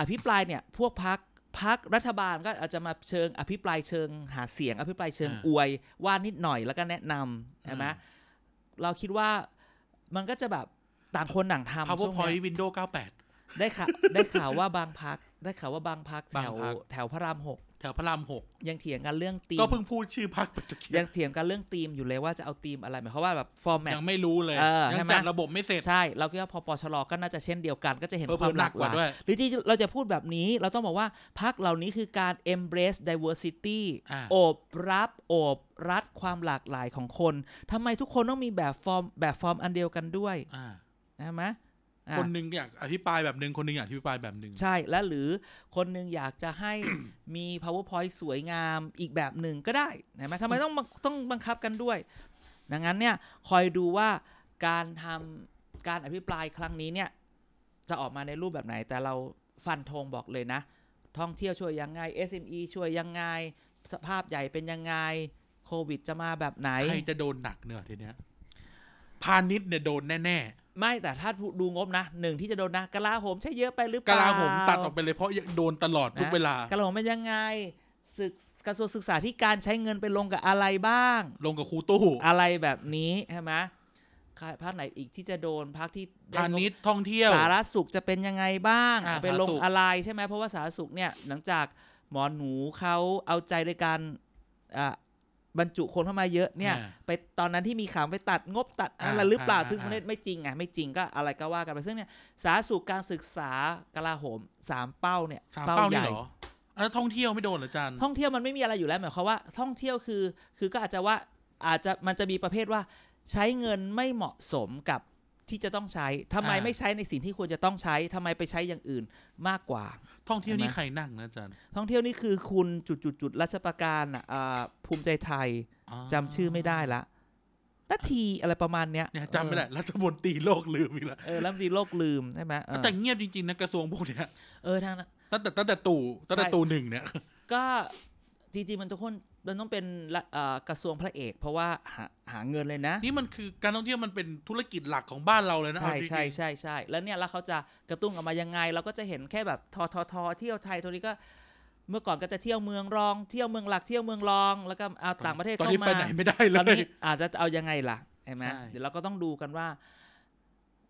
อภิปรายเนี่ยพวกพักพักรัฐบาลก็อาจจะมาเชิง อภิปรายเชิงหาเสียง อภิปรายเชิง อ่า อวยว่านิดหน่อยแล้วก็แนะนำใช่ไหมเราคิดว่ามันก็จะแบบต่างคนต่างทำช่วงเนี้ย PowerPoint Windows 98 ได้ข่าวได้ข่าวว่าบางพักได้ข่าวว่าบางพักแถ บาง ว พรรค แถวพระรามหก แถวพระรามหก ยังเถียงกันเรื่องตีม ก็เพิ่งพูดชื่อพักไปตะกี้ ยังเถียงกันเรื่องธีมอยู่เลยว่าจะเอาธีมอะไรหมายความว่าแบบฟอร์แมต ยังไม่รู้เลย เออ ยั ใช่ ง ไหม จัดระบบไม่เสร็จ ใช่ เราคิดว่าพอปชรก็น่าจะเช่นเดียวกันก็จะเห็น เออ ความ ห ห นั ลาก ก ก ห ว่า ลาย ด้วย หรือที่เราจะพูดแบบนี้เราต้องบอกว่าพักเหล่านี้คือการ embrace diversity อ่า โอบรับโอบรัดความหลากหลายของคนทำไมทุกคนต้องมีแบบฟอร์มแบบฟอร์มอันเดียวกันด้วย อ่า นะมะ อ่ะ คนหนึ่งอยากอภิปรายแบบหนึ่งคนหนึ่งอยากอภิปรายแบบหนึ่ง ใช่และหรือคนหนึ่งอยากจะให้ มี powerpoint สวยงามอีกแบบหนึ่งก็ได้นะไหมทำไมต้องบังต้องบังคับกันด้วย ดังนั้นเนี่ยคอยดูว่าการทำการอภิปรายครั้งนี้เนี่ยจะออกมาในรูปแบบไหน แต่เราฟันธงบอกเลยนะ ท่องเที่ยวช่วยยังไง SME ช่วยยังไง สภาพใหญ่เป็นยังไงโควิดจะมาแบบไหน ใครจะโดนหนักเนี่ยทีเนี้ยพาณิชย์เนี่ยโดนแน่ ไม่แต่ถ้าดูงบนะหนึ่งที่จะโดนนะกลาโหมใช่เยอะไปหรือ ๆ เป ก ล่า ลาโหมตัดออกไปเลยเพราะยังโดนตลอดทุก นะ เวลา กระโหลกมันยังไงศึกกระทรวงศึกษาที่การใช้เงินไปลงกับอะไรบ้าง ลงกับครูตู้ อะไรแบบนี้ใช่ไหมใครภาคไหนอีกที่จะโดนภาคที่ได้ พาง บ ณิชย์ท่องเที่ยว สารสุขจะเป็นยังไงบ้าง อ่า เอาไปลง สาธารณสุข อะไรใช่ไหมเพราะว่าสาธารณสุขเนี่ยหลังจากหมอหนูเขาเอาใจโดยการอ่ะบรรจุคนเข้ามาเยอะเนี่ย อ่า ไปตอนนั้นที่มีข่าวไปตัดงบตัดอะไร อ่า หรือเปล่า อ่า ซึ่ง อ่า มันไม่จริงไงไม่จริงก็อะไรก็ว่ากันไปซึ่งเนี่ยสาธารณสุขการศึกษากลาโหมสามเป้าเนี่ย สามเป้านี่เหรออันนั้นท่องเที่ยวไม่โดนเหรออาจารย์ ท่องเที่ยวมันไม่มีอะไรอยู่แล้วหมายความว่าท่องเที่ยวคือ คือก็อาจจะว่าอาจจะมันจะมีประเภทว่า ใช้เงินไม่เหมาะสมกับที่จะต้องใช้ทำไม อ่า ไม่ใช้ในสิ่งที่ควรจะต้องใช้ทำไมไปใช้อย่างอื่นมากกว่า ท่องเที่ยวนี่ เห็นไหม ใครนั่งนะอาจารย์ ท่องเที่ยวนี่คือคุณจุดจุดจุดๆๆรัชประการน่ะอ่าภูมิใจไทย อ๋อ จำชื่อไม่ได้ละนาทีอะไรประมาณเนี้ย เนี่ยจำไม่ได้รัฐมนตรีโลกลืมอีกแล้ว เออแล้วมีโลกลืมใช่ไหมเออ แต่เงียบจริงๆนะกระทรวงพวกเนี้ย เออทางนั้น ตั้งแต่ตั้งแต่ตู่ตั้งแต่ ใช่ ตู่หนึ่งเนี่ย ก็จริงๆมันทุกคนมันต้องเป็นละเอ่อกระทรวงพระเอก เพราะว่าหาหาเงินเลยนะ นี่มันคือการท่องเที่ยวมันเป็นธุรกิจหลักของบ้านเราเลยนะ ใช่ เอาจริงๆ ใช่ใช่ใช่แล้วเนี่ยแล้วเขาจะกระตุ้นออกมายังไง เราก็จะเห็นแค่แบบทอทอทอเที่ยวไทยตัวนี้ก็ เมื่อก่อนก็จะเที่ยวเมืองรอง เที่ยวเมืองหลักเที่ยวเมืองรอง แล้วก็เอาต่างประเทศ ตอน เข้า นี้ มา ไปไหนไม่ได้เล ตอน ย นี้อาจจะเอายังไงล่ะใช่ไหม ใช่ เดี๋ยวเราก็ต้องดูกันว่า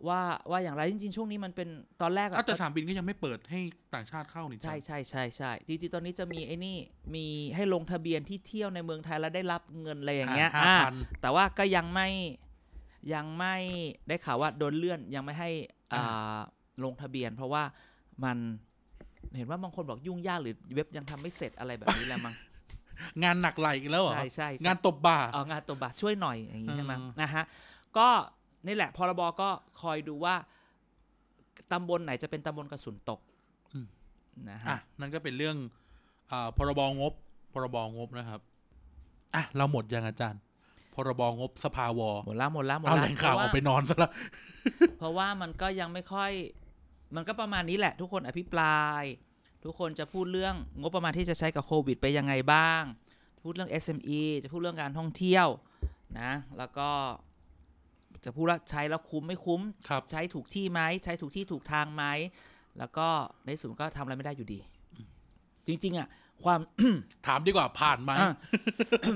ว่าว่าอย่างไรจริง ๆ ช่วงนี้มันเป็นตอนแรกอะ อ่ะแต่สนามบินก็ยังไม่เปิดให้ต่างชาติเข้านี่ ใช่ใช่ใช่ใช่จริงๆตอนนี้จะมีไอ้นี่มีให้ลงทะเบียนที่เที่ยวในเมืองไทยแล้วได้รับเงินอะไรอย่างเงี้ย ห้า อ่า พัน แต่ว่าก็ยังไม่ยังไม่ได้ข่าวว่าโดนเลื่อนยังไม่ให้อ่า อ่ ลงทะเบียน เพราะว่ามันเห็นว่าบางคนบอกยุ่งยากหรือเว็บยังทำไม่เสร็จอะไรแบบนี้แหละ มั้ง งานหนักไหลอีกแล้วเหรอ ใช่ใช่ งา ใช่ นตบบ่า เอางานตัวบาทช่วยหน่อยอย่างนี้ใช่ไหม เออ นะฮะก็นี่แหละพรบก็คอยดูว่าตำบลไหนจะเป็นตำบลกระสุนตกนะ อ่ะ ฮะ นั่นก็เป็นเรื่องอ่าพรบงบ พรบงบนะครับอ่ะเราหมดยังอาจารย์ พรบงบสภาวอ หมดละหมดละหมด เอา ละ แหล่งข่าว เพ อ ระ อกไปนอนซะละ เพราะว่ามันก็ยังไม่ค่อย มันก็ประมาณนี้แหละ ทุกคนอภิปราย ทุกคนจะพูดเรื่องงบประมาณที่จะใช้กับโควิดไปยังไงบ้าง พูดเรื่อง SME จะพูดเรื่องการท่องเที่ยวนะ แล้วก็จะพูดว่าใช้แล้วคุ้มไม่คุ้ม ครับ ใช้ถูกที่ไหมใช้ถูกที่ถูกทางไหมแล้วก็ในที่สุดก็ทำอะไรไม่ได้อยู่ดี จริง ๆ อ่ะ ความ ถามดีกว่าผ่านไหม อ่ะ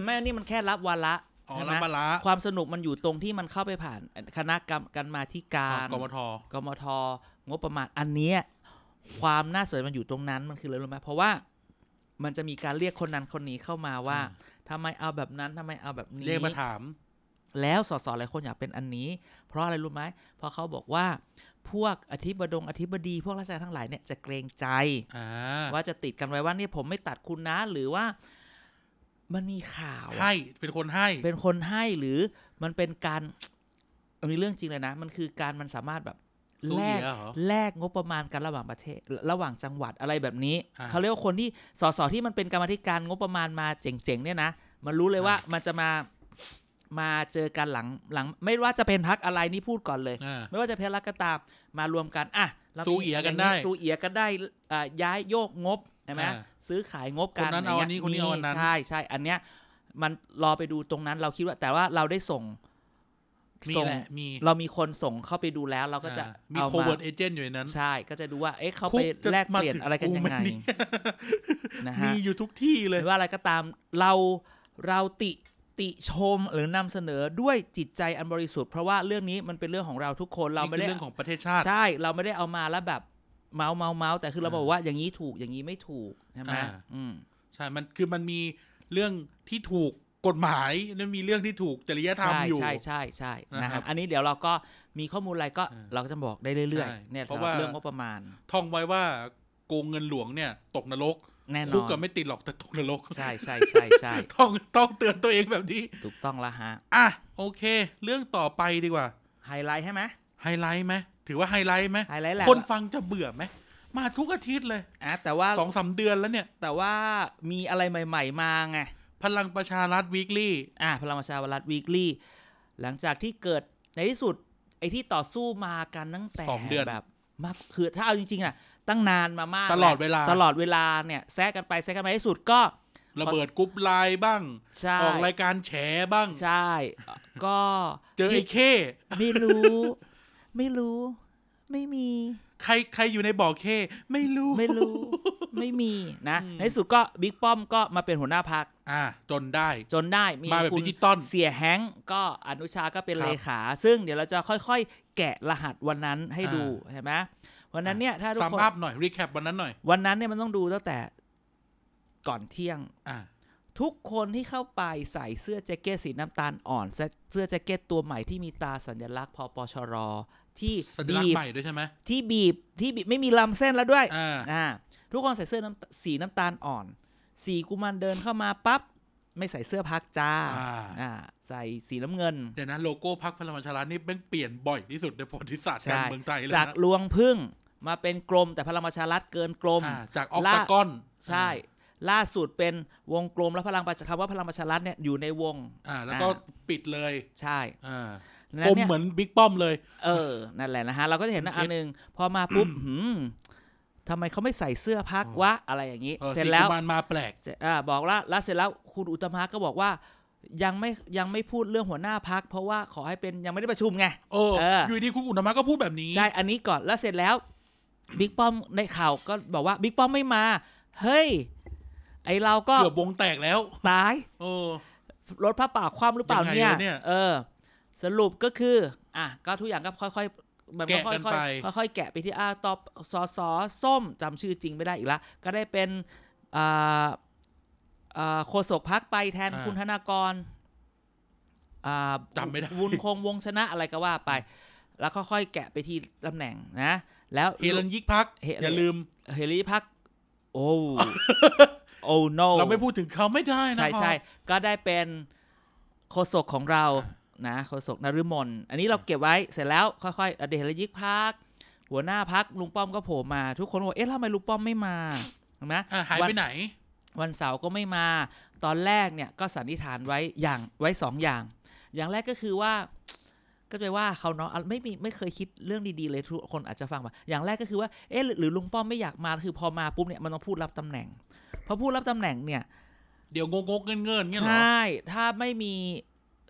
แม่นี่มันแค่รับวันละ อ๋อ ใช่ไหม รับปลาร้า ความสนุกมันอยู่ตรงที่มันเข้าไปผ่านคณะกรรมการมาธิ อ๋ กา อ ร กมท กมทงบประมาณอันเนี้ยความน่าสนใจมันอยู่ตรงนั้นมันคืออะไรรู้ไหมเพราะว่ามันจะมีการเรียกคนนั้นคนนี้เข้ามาว่า อ่า ทำไมเอาแบบนั้นทำไมเอาแบบนี้ เรียกมาถาม แล้วสสหลายคนอยากเป็นอันนี้ เพราะอะไรรู้ไหมเพราะเขาบอกว่าพวกอธิบดงอธิบดี พวกราชการทั้งหลายเนี่ยจะเกรงใจ อ่า ว่าจะติดกันไว้ว่าเนี่ยผมไม่ตัดคุณนะหรือว่ามันมีข่าวอะ ให้เป็นคนให้ เป็นคนให้หรือมันเป็นการ อันนี้เรื่องจริงเลยนะ มันคือการมันสามารถแบบ สู้ แล เหยี ก ยเหรอ แลกงบประมาณกันระหว่างประเทศ ระหว่างจังหวัดอะไรแบบนี้ อ่า เขาเรียกว่าคนที่สสที่มันเป็นกรรมาธิการงบประมาณมาเจ๋งๆเนี่ยนะมันรู้เลยว่ามันจะมามาเจอกันหลังหลัง ไม่ว่าจะเป็นพักอะไรนี่พูดก่อนเลย อ่า ไม่ว่าจะเพชรรักก็ตามมารวมกันอ่ะรามี สู้เอียกันาได้งสู้เอียกันได้อ่าย้ายโยกงบใช่ไหม อ่า ซื้อขายงบกั คนนนั้นเอาอันนี้ ย่ง คนนี้ งี้ย เอาอันนั้น ใช่ใช่อันเนี้ยมันรอไปดูตรงนั้น เราคิดว่าแต่ว่าเราได้ส่ง มี ส่ง แหละมี เรามีคนส่งเข้าไปดูแล้ว เราก็จะ อ่ามี เอา โค มา เวิร์ดเอเจนต์อยู่ในนั้น ใช่ก็จะดูว่า เอ๊ะเขา คุ ไป กจะ แลกเปลี่ยน มาถึง อะไรกันยังไง กูไหมเนี่ย นะฮะ มีอยู่ทุกที่เล ห ย รือว่าอะไรก็ตามเราเราติติชมหรือนำเสนอด้วยจิตใจอันบริสุทธิ์ เพราะว่าเรื่องนี้มันเป็นเรื่องของเราทุกคนเราไม่ นี่คือ ได้ เรื่องของประเทศชาติ ใช่เราไม่ได้เอามาแล้วแบบเมาส์เมาส์เมาส์แต่คือเรา อ่า บอกว่าอย่างนี้ถูกอย่างนี้ไม่ถูกใช่ไหม อ่า อืม ใช่มันคือมันมีเรื่องที่ถูกกฎหมายแล้วมีเรื่องที่ถูกจริยธรรม ใช่ อยู่ ใช่ใช่ใช่นะ นะครั ฮะ บ อันนี้เดี๋ยวเราก็มีข้อมูลอะไรก็ อ่า เราก็จะบอกได้เรื่อย ใช่ ๆเนี่ย เพราะ สำหรับ ว่า เรื่องงบประมาณ ท่องไว้ว่าโกงเงินหลวงเนี่ย ตกนรก แน่น คุก อน ก็ไม่ติดหรอกแต่ตกนรก ใช่ใช่ใช่ใช่ ต้องต้องเตือนตัวเองแบบนี้ ถูกต้องละฮะ อ่ะ โอเค เรื่องต่อไปดีกว่า ไฮไลท์ใช่ไหม ไฮ ไฮไลท์ไหมถือว่าไฮไลท์ไหม ไฮไลท์แหละ คนฟังจะเบื่อไหมมาทุกอาทิตย์เลย อ่ะแต่ว่า สองสามเดือนแล้วเนี่ย แต่ว่ามีอะไรใหม่ๆมาไง พลังประชารัฐวีคลี่ อ่าพลังประชาวรัฐวีคลี่ หลังจากที่เกิดในที่สุด ไอ้ที่ต่อสู้มากันตั้งแต่ สองเดือน แบบมากคือถ้าเอาจริงๆนะตั้งนานมามาก ตลอดเวลา ตลอดเวลาเนี่ยแซะกันไปแซะกันมาที่สุดก็ ระเบิดกรุ๊ปไลน์บ้าง ใช่ ออกรายการแฉบ้าง ใช่ก็ เจอไอ้เค ไม่รู้ ไม่รู้ ไม่มี ใครใครอยู่ในบ่อเค ไม่รู้ ไม่รู้ ไม่มีนะ อืม ในที่สุดก็บิ๊กป้อมก็มาเป็นหัวหน้าพัก อ่า จนได้ จนได้มี มาแบบ คุณ ดิจิตอล เสียแฮงก์ก็อนุชาก็เป็น ครับ เลขา ซึ่งเดี๋ยวเราจะค่อยๆ แกะรหัสวันนั้นให้ อ่า ดูใช่ไหมวันนั้นเนี่ยถ้าทุก สาม คน อัพหน่อยรีแคปวันนั้นหน่อย วันนั้นเนี่ยมันต้องดูตั้งแต่ก่อนเที่ยง อ่า ทุกคนที่เข้าไปใส่เสื้อแจ็คเก็ตสีน้ำตาลอ่อนเสื้อเสื้อแจ็คเก็ตตัวใหม่ที่มีตราสัญลักษณ์พปชร ที่ สัญลักษ บี ณ์ บ ใหม่ด้วยใช่ไหม ที่บีบที่บีบไม่มีลำเส้นแล้วด้วย อ่า อ่าทุกคนใส่เสื้อน้ำสีน้ำตาลอ่อน สีกุมารเดินเข้ามาปั๊บไม่ใส่เสื้อพักจ้า อ่า อ่า ใส่สีน้ำเงิน เดี๋ยวนะโลโก้พักพลังประชารัฐนี่แม่งเปลี่ยนบ่อยที่สุดในประวัติศาสตร์ ใช่ การเมืองไทยเลย จาก นะ ลวงพึ่งมาเป็นกลมแต่พลังประชารัฐเกินกลม อ่าจากออก ลา ตากอน ใช่ ล่าสุดเป็นวงกลมและพลังประชาคำว่าพลังประชารัฐเนี่ยอยู่ในวง อ่า แล้วก็ อ่ ปิดเลย ใช่ อ่า แล้ว กลม เนี่ย เหมือนบิ๊กป้อมเลย เออนั่นแหละนะฮะเราก็จะเห็นนะ ผมคิอัดนหนึ่งพอมาปุ๊บ หืมทำไมเขาไม่ใส่เสื้อพัก อ๋อ วะอะไรอย่างนี้ ออ เสร็จแล้ว สีกุมารมาแปลก เสร็จอ่าบอกแล้วแล้วเสร็จแล้วคุณอุตมะก็บอกว่า ยังไม่ยังไม่พูดเรื่องหัวหน้าพัก เพราะว่าขอให้เป็นยังไม่ได้ประชุมไง โอ้ เอออ ยู่ดีคุณอุตมะก็พูดแบบนี้ ใช่อันนี้ก่อนแล้วเสร็จแล้วบิ๊กป้อมในข่าวก็บอกว่าบิ๊กป้อมไม่มา เฮ้ย ไอเราก็ เกือบวงแตกแล้ว ตาย เออ รถพระป่าคว่ำหรือเปล่า ยังเนี่ยวไงะเนี่ย เออ สรุปก็คือ อ่ะก็ทุกอย่างก็ค่อยๆมันก็ แกะ ค่ กันไป อยๆค่อยๆแกะไปที่อาตอบสอสอส้มจำชื่อจริงไม่ได้อีกละก็ได้เป็นอ่าอ่าโฆษกพักไปแทน อ่า คุณธนากรอ่า จำไม่ได้ วุนคงวงชนะอะไรก็ว่าไป แล้วค่อยๆแกะไปที่ตำแหน่งนะ แล้ว เฮลันยิกพัก เฮลัน อย่าลืม เฮลี่พัก โอ้ โอ้ no เราไม่พูดถึงเขาไม่ได้นะ ใช่ใช่ก็ได้เป็นโฆษกของเรานะโฆษกนฤมลอันนี้เราเก็บไว้เสร็จแล้วค่อยๆอดีตยิกพักหัวหน้าพักลุงป้อมก็โผล่มา ทุกคนบอกเอ๊ะแล้วทำไมลุงป้อมไม่มาเห็นไหม อ่ะหาย วั ไปไหน วันเสาร์ก็ไม่มา ตอนแรกเนี่ยก็สันนิษฐานไว้อย่างไว้สองอย่าง อย่างแรกก็คือว่า ก็จะว่าเขาเนาะอ่ะไม่มีไม่เคยคิดเรื่องดีๆเลยทุกคนอาจจะฟังมาอย่างแรกก็คือว่าเอ๊ะหรือหรือลุงป้อมไม่อยากมาคือพอมาปุ๊บเนี่ยมันต้องพูดรับตำแหน่งพอพูดรับตำแหน่งเนี่ย เดี๋ยวงงกๆเงินเงินๆเงี้ย ใช เหรอ ่ ถ้าไม่มี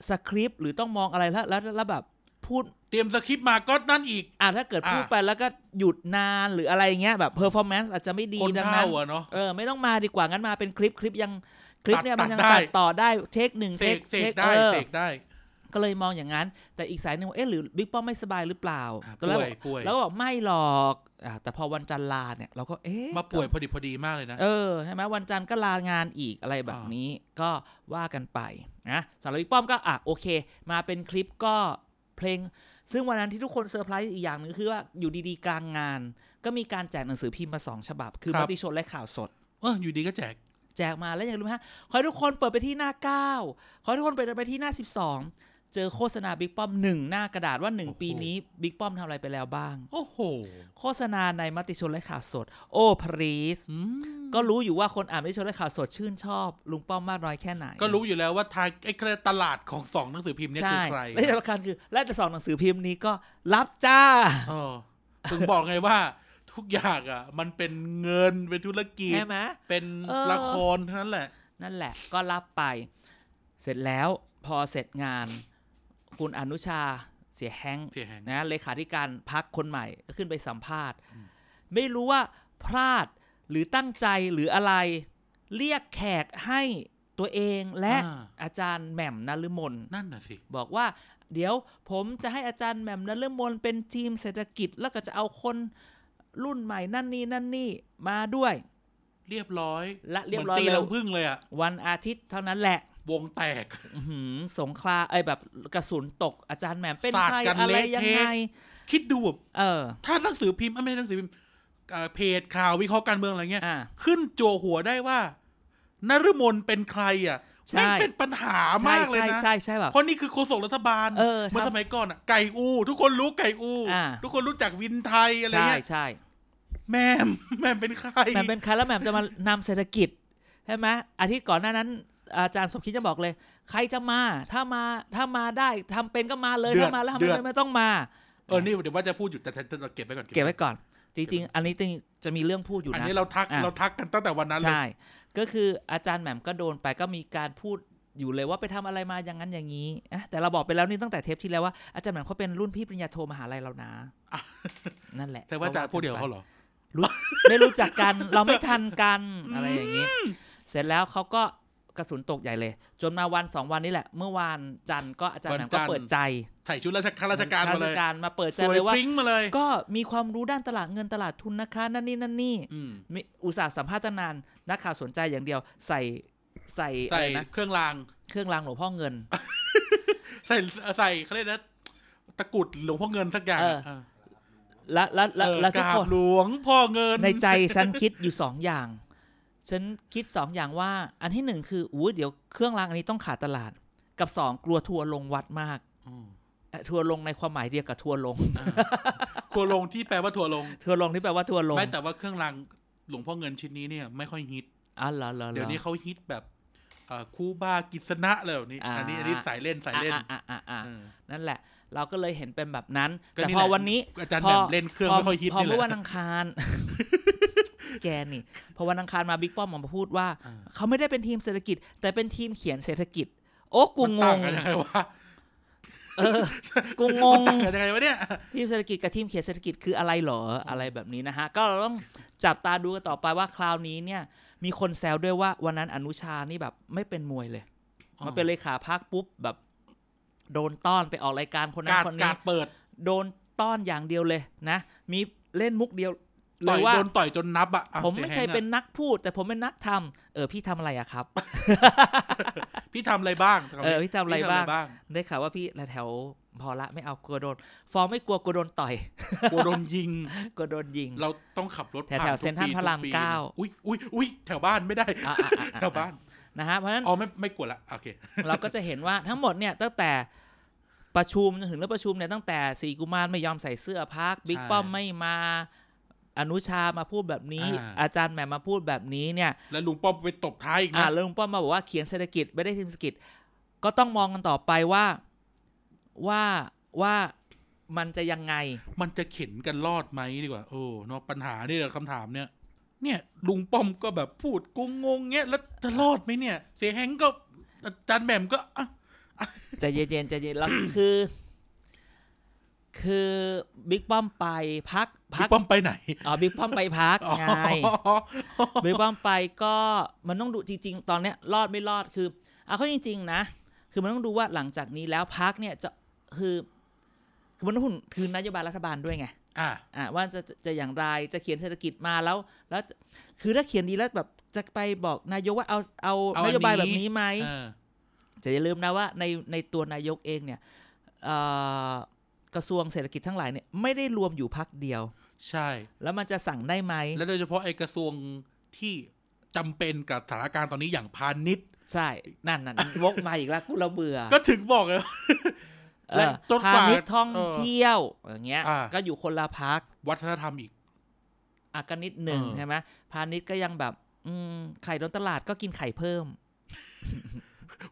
สคริปต์หรือต้องมองอะไรแล้วแล้วแล้วแบบพูด เตรียมสคริปต์มาก็นั่นอีก อ่ะถ้าเกิด อ่ะ พูดไปแล้วก็หยุดนานหรืออะไรเงี้ยแบบเพอร์ฟอร์แมนซ์อาจจะไม่ดี คน ดังนั้ เท่าน อะเนาะ เออ ไม่ต้องมาดีกว่า งั้นมาเป็นคลิปคลิปยังคลิปเนี่ย ตั มั ด นยัง ได้ ตัดต่อได้เทคหนึ่ง เส เทค กเส เท ก ค ได้ เออ เสกได้ ก็เลยมองอย่างนั้น แต่อีกสายหนึ่งว่าเอ๊ะหรือบิ๊กป้อมไม่สบายหรือเปล่า อ่ะ ตอนแรก ป่บวอยก ป่วย แล้วก็บอกไม่หรอกอ่ะแต่พอวันจันทร์ลาเนี่ยเราก็เอ๊ะ มาป่วยพอดีพอดีมากเลยนะ เออใช่ไหมวันจันทร์ก็ลางานอีกอะไรแบบ อ่านี้ นี้ก็ว่ากันไปนะสารวิกป้อมก็อ่ะโอเค มาเป็นคลิปก็เพลง ซึ่งวันนั้นที่ทุกคนเซอร์ไพรส์อีกอย่างหนึ่งคือว่าอยู่ดีๆกลางงาน ก็มีการแจกหนังสือพิมพ์มาสองฉบับ คือ ครั ม บ ติชนและข่าวสด เอออยู่ดีก็แจก แจกมาแล้วอย่างรู้ไหมฮะ ขอให้ทุกคนเปิดไปที่หน้า 9 ขอให้ทุกคนเปิดไปที่หน้า 12 เจอโฆษณาบิ๊กป้อมหนึ่งหน้ากระดาษว่าหนึ่ง โอ้โห ปีนี้บิ๊กป้อมทำอะไรไปแล้วบ้าง โอ้โห โฆษณาในมติชนและข่าวสด โอ้พรีส อืม ก็รู้อยู่ว่าคนอ่านไม่ชนและข่าวสดชื่นชอบ ลุงป้อมมากน้อยแค่ไหน ก็รู้อยู่แล้วว่าทางไอ้เครือตลาดของสองหนังสือพิมพ์เนี่ยคือ ใช่ ใคร และที่สำคัญคือ และแต่สองหนังสือพิมพ์นี้ก็รับจ้า เออถึงบอกไงว่า ทุกอย่างอ่ะ มันเป็นเงินเป็นธุรกิจ ใช่ไหม เป็น เออ ละครเท่านั้นแหละ นั่นแหละก็รับไป เสร็จแล้วพอเสร็จงาน คุณอนุชาเสียแฮงค์ เสียแหง นะเลขาธิการพักคนใหม่ก็ขึ้นไปสัมภาษณ์ อืม ไม่รู้ว่าพลาดหรือตั้งใจหรืออะไร เรียกแขกให้ตัวเองและ อ่า อาจารย์แหม่มนฤมล นั่นน่ะสิ บอกว่าเดี๋ยวผมจะให้อาจารย์แหม่มนฤมลเป็นทีมเศรษฐกิจ แล้วก็จะเอาคนรุ่นใหม่นั่นนี่นั่นนี่มาด้วย เรียบร้อย และ เห เรีย มื บ อน ร้อย ตี แล้ว ลังพึ่งเลยอ่ะ วันอาทิตย์เท่านั้นแหละ วงแตก อื้อหือสงครามไอ้ยแบบกระสุนตกอาจารย์แหม่มเป็น สาด ใคร กัน อะไร เละ ยัง เทะ ไง คิดดูแบบ เออ ถ้าหนังสือพิมพ์อ่ะไม่ใช่หนังสือพิมพ์เอ่อเพจข่าววิเคราะห์การเมืองอะไรเงี้ย อ่ะ ขึ้นจั่วหัวได้ว่านฤมลเป็นใครอ่ะ ใช่ แม่งเป็นปัญหามากเลย ใช่ นะ ใช่ใช่แบบ เพราะนี่คือโฆษกรัฐบาล เออ เมื่อ ทำ สมัยก่อนอ่ะไก่อู ทุกคนรู้ไก่อู อ่า ทุกคนรู้จักวินไทยอะไร ใช่ เงี้ย ใช่ แม่มแม่มเป็นใคร แหม่มเป็นใครแล้วแหม่มจะมานำเศรษฐกิจใช่ไหมอาทิตย์ก่อนหน้านั้น อาจารย์สมคิดจะบอกเลย ใครจะมา ถ้ามาถ้ามาได้ทำเป็นก็มาเลย เดือด ถ้ามาแล้วทำ เดื ไม่ อด เป็นไม่ต้องมา เออนี่เดี๋ยวว่าจะพูดอยู่แต่แต่แต่แต่เก็บไว้ก่อน เก็บไว้ก่อน จริง ๆ อันนี้จริงๆจะมีเรื่องพูดอยู่ อัน นะ นี้เราทัก อ่ะ เราทักกันตั้งแต่วันนั้นเลย ใช่ ก็คืออาจารย์แหม่มก็โดนไปก็มีการพูดอยู่เลยว่าไปทำอะไรมาอย่างนั้นอย่างนี้อะแต่เราบอกไปแล้วนี่ตั้งแต่เทปที่แล้วว่าอาจารย์แหม่มเขาเป็นรุ่นพี่ปริญญาโทมหาลัยเรานะนั่นแหละ แต่ว่าอาจารย์พูดเดียวกับเขาเหรอ ไม่รู้จักกันเราไม่ทันกันอะไรอย่างนี้ เสร็จแล้วเขาก็กระสุนตกใหญ่เลย จนมาวันสองวันนี้แหละ เมื่อวานจันทร์ก็อาจารย์แหม่ม วันจั ก็ นทร์ เปิดใจ ใส่ชุดราชการราชการมา ข้า เล ราช ย การมาเปิดใจ สวย เลยว่า พริ้งมาเลย ก็มีความรู้ด้านตลาดเงินตลาดทุนนะคะ นั่นนี่นั่นนี่ อืม มิอุตสาห์สัมภาษณ์ตั้งนานนักข่าวสนใจอย่างเดียว ใส่ใส่อะ ใส่ ไรนะ เครื่องราง เครื่องรางหลวงพ่อเงิน ใส่ใส่เขาเรียกนะตะกรุดหลวงพ่อเงินสักอย่าง เออ และและและ เออ และทุ ก ก รา ค บ น หลวงพ่อเงิน ในใจฉันคิดอยู่สองอย่าง ฉันคิดสองอย่างว่า อันที่หนึ่งคืออู้เดี๋ยวเครื่องรางอันนี้ต้องขาดตลาด กับสองกลัวทัวร์ลงวัดมาก อืม เอ่อทัวร์ลงในความหมายเดียวกับทัวร์ลง ครัวลงที่แปลว่าถั่วลง ทัวร์ลงที่แปลว่าทัวร์ลง ไม่แต่ว่าเครื่องรางหลวงพ่อเงินชิ้นนี้เนี่ยไม่ค่อยฮิต อ๋อเหรอเหรอหรอ เดี๋ยวนี้เขาฮิตแบบเอ่อคูบากิษณะเลยนี่ อ่า อันนี้อันนี้สายเล่นสายเล่น อ่ะอ่ะอ่ะอ่ะ เออ นั่นแหละ เราก็เลยเห็นเป็นแบบนั้น ก็ แต่ นี่ พอ แหละ วันนี้ อาจารย์ พอ แบบเล่นเครื่องไม่ค่อยฮิต พอ นี่แห เมื่อวั ละ นอังคาร แกนี่พอวันอังคารมาบิ๊กป้อมออกมาพูดว่า อ่า เขาไม่ได้เป็นทีมเศรษฐกิจ แต่เป็นทีมเขียนเศรษฐกิจ โอ้กู มัน ง ต่าง ง กันยังไงวะ เออกูง มัน ง ต่างกันยังไงวะเนี่ย ทีมเศรษฐกิจกับทีมเขียนเศรษฐกิจคืออะไรเหรออะไรแบบนี้นะฮะ ก็เราต้องจับตาดูกันต่อไปว่าคราวนี้เนี่ย มีคนแซวด้วยว่าวันนั้นอนุชานี่แบบไม่เป็นมวยเลย อ๋อ มาเป็นเลขาพักปุ๊บแบบ โดนต้อนไปออกรายการคนนั้ กาน ด คน กา นี้ ดเปิด โดนต้อนอย่างเดียวเลยนะ มีเล่นมุกเดียวเล ต่อย ย ว่า โดนต่อยจนนับอ่ะอ่ะ ผมไม่ แฮง ใช่ อะ เป็นนักพูด แต่ผมเป็นนักทำเออพี่ทำอะไรอะครับ พี่ทำอะไรบ้าง เออพี่ทำอะไรบ้าง บ้าง ได้ข่าวว่าพี่แถวพอละไม่เอากลัวโดน ฟอร์มไม่กลัวกลัวโดนต่อย กลัวโดนยิง กลัวโดน ยิง เราต้องขับรถ แถว ผ่า แถว ทุก เซ็นทรัล ปี พระราม ทุปี เก้า อุ้ยอุ้ยอุ้ยแถวบ้านไม่ได้ อ่ะอ่ะอ่ะอ่ะ แถวบ้าน นะฮะเพราะฉะนั้น อ๋อไม่ไม่กลัวละโอเค เราก็จะเห็นว่าทั้งหมดเนี่ยตั้งแต่ประชุมจนถึงเรื่องประชุมเนี่ยตั้งแต่สีกุมารไม่ยอมใส่เสื้อพักบิ๊ก ใช่ ป้อมไม่มาอนุชามาพูดแบบนี้ อ่า อาจารย์แหม่มมาพูดแบบนี้เนี่ย แล้วลุงป้อมไปตบท้ายอีก อ่า นะ แล้วลุงป้อมมาบอกว่าเขียนเศรษฐกิจไม่ได้ทีมเศรษฐกิจ ก็ต้องมองกันต่อไปว่าว่าว่ามันจะยังไง มันจะเข็นกันรอดไหมดีกว่าโอ้เนอะปัญหานี่แหละคำถามเนี่ย เนี่ยลุงป้อมก็แบบพูดกงงงเงี้ยแล้วจะรอดไหมเนี่ย เสียแฮงก็อาจารย์แหม่มก็อ่ะ ใจะเย็นๆใจเย็นแล้ว คือ คือบิ๊กป้อมไปพักพั พี่ ก ป้อมไปไหน อ๋อบิ๊กป้อมไปพักไง อ๋อ บิ๊กป้อมไปก็มันต้องดูจริง ๆ ตอนเนี้ยรอดไม่รอดคือเอาเข้าจริง ๆ นะ คือมันต้องดูว่าหลังจากนี้แล้วพักเนี่ยจะคือคือมันต้องหุ่นคือนโยบายรัฐบาลด้วยไง อ่ะ อ่ะว่าจะจะอย่างไรจะเขียนเศรษฐกิจมาแล้ว แล้วคือถ้าเขียนดีแล้วแบบจะไปบอกนายกว่าเอาเอานโยบายแบบนี้ไหม เออ จะอย่าลืมนะว่าในในตัวนายกเองเนี่ยเอ่อกระทรวงเศรษฐกิจทั้งหลายเนี่ยไม่ได้รวมอยู่พักเดียว ใช่ แล้วมันจะสั่งได้ไหม และโดยเฉพาะไอ้กระทรวงที่จำเป็นกับสถานการณ์ตอนนี้อย่างพาณิชย์ ใช่นั่นนั่น วกมาอีกแล้วกูเราเบื่อ ก็ถึงบอกเลยว่า เออ และจนกว่า พาณิชย์ท่อง เออ เที่ยวอย่างเงี้ย อ่า ก็อยู่คนละพัก วัฒนธรรมอีก อ่ะก็นิดหนึ่ง เออ ใช่ไหมพาณิชย์ก็ยังแบบ อืมไข่โดนตลาดก็กินไข่เพิ่ม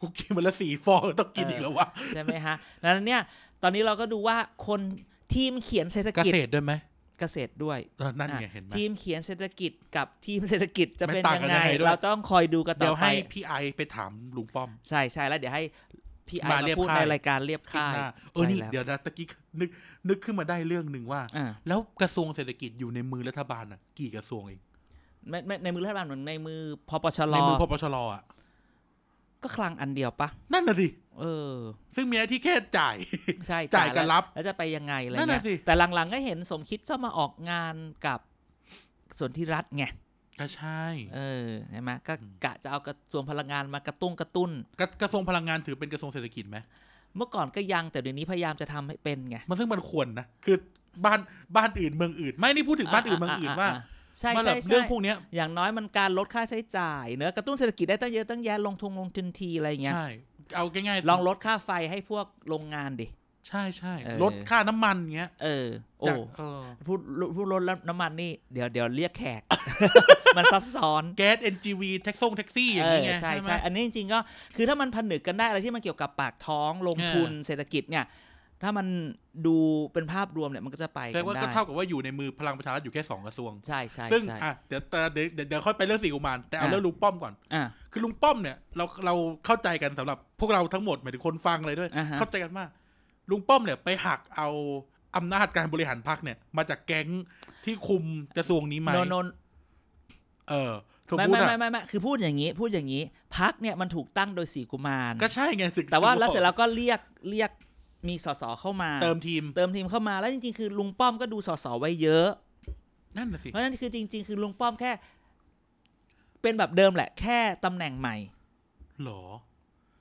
กูกินมันละสี่ฟองต้องกินอีกแล้ววะ ใช่ไหมฮะดังนั้นเนี่ยตอนนี้เราก็ดูว่าคนทีมเขียนเศรษฐ เก กิจ ษตรด้วยไหม เกษตรด้วย เออนั่น อ่ะ ไงเห็นไหม ทีมเขียนเศรษฐกิจกับทีมเศรษฐกิจจะ มัน เป็น ต่าง ยัง กัน ไง ยังไงด้วย เราต้องคอยดูกัน เดี๋ ต่ ย อ ว ไป ให้พี่ไอไปถามลุงป้อม ใช่ใช่แล้วเดี๋ยวให้พี่ไอมามาเรียบ พูด ค่าย ในรายการเรียบ คิด ค่าย หน้าเออนี่ ใช่แล้ว เดี๋ยวนะตะกี้นึกนึกขึ้นมาได้เรื่องหนึ่งว่า อ่ะ แล้วกระทรวงเศรษฐกิจอยู่ในมือรัฐบาลอ่ะ กี่กระทรวงเอง ไม่ไม่ในมือรัฐบาลเหมือนในมือพปชร ในมือพปชรอ่ะ ก็คลังอันเดียวปะ นั่นน่ะสิ เออ ซึ่งมีหน้าที่แค่จ่าย ใช่ จ่ายกับ แล้ว รับ แล้วจะไปยังไงอะไร นั่น เงี้ น่ะ ย สิ แต่หลังๆก็เห็นสมคิดชอบมาออกงานกับส่วนที่รัฐไง ก็ใช่ เออใช่ไหมก็กะจะเอากระทรวงพลังงานมากระตุ้งกระตุ้น กระกระทรวงพลังงานถือเป็นกระทรวงเศรษฐกิจไหม เมื่อก่อนก็ยังแต่เดี๋ยวนี้พยายามจะทำให้เป็นไง มันซึ่งมันควรนะคือบ้านบ้านอื่นเมืองอื่น ไม่นี่พูดถึงบ้านอื่นเมืองอื่นว่า ใ ใช่ มาแบ ใช่ บ ใช่ เรื่องพวกเนี้ย อย่างน้อยมันการลดค่าใช้จ่ายเนอะกระตุ้นเศรษฐกิจได้ตั้งเยอะตั้งแยะลงทุนลงทุนทีอะไรอย่างเงี้ย ใช่เอาง่ายๆ ลองลดค่าไฟให้พวกโรงงานดิ ใช่ใช่ เออ ลดค่าน้ำมันเงี้ย เออ โอ้ จากเออ พูดพูดลดแล้วน้ำมันนี่เดี๋ยวเดี๋ยวเรียกแข ก มันซับซ้อน แก๊ส NGV แท็กซ่งแท็กซี่อย่าง เอ เงี้ อย ใช่ ใช่ไหม ใช่อันนี้จริงๆก็คือถ้ามันผนึกกันได้อะไรที่มันเกี่ยวกับปากท้องลงทุนเศรษฐกิจเนี่ย ถ้ามันดูเป็นภาพรวมเนี่ยมันก็จะไปกั เรีย น กว่า ได้ ก็เท่ากับว่าอยู่ในมือพลังประชารัฐอยู่แค่สองกระทรวง ใช่ใช่ ซึ่ง ใช่ อ่ะเดี๋ยวแต่เดี๋ยวเดี๋ยวเดี๋ยวค่อยไปเรื่องสีกุมารแต่เอา อ่ะ เรื่องลุงป้อมก่อน อ่ะ คือลุงป้อมเนี่ยเราเราเข้าใจกันสำหรับพวกเราทั้งหมดหมายถึงคนฟังเลยด้วย อ่าฮะ เข้าใจกันว่าลุงป้อมเนี่ยไปหักเอาอำนาจการบริหารพรรคเนี่ย มาจากแก๊งที่คุมกระทรวงนี้ไหม โนโน เออสม ไม่ มติ ไม่ อ่ะ ไม่ไม่ไม่คือพูดอย่างนี้พูดอย่างนี้พักเนี่ยมันถูกตั้งโดยสีกุมาร ก็ใช่ไงศึก แต่ว่าแล้วเสร็จแล้วก็เรียกเรียกมีสสเข้ามา เติมทีม เติมทีมเข้ามาแล้วจริงๆ คือลุงป้อมก็ดูสสไว้เยอะ นั่นน่ะสิ เพราะฉะนั้นคือจริง ๆ คือลุงป้อมแค่ เป็นแบบเดิมแหละ แค่ตำแหน่งใหม่ หรอ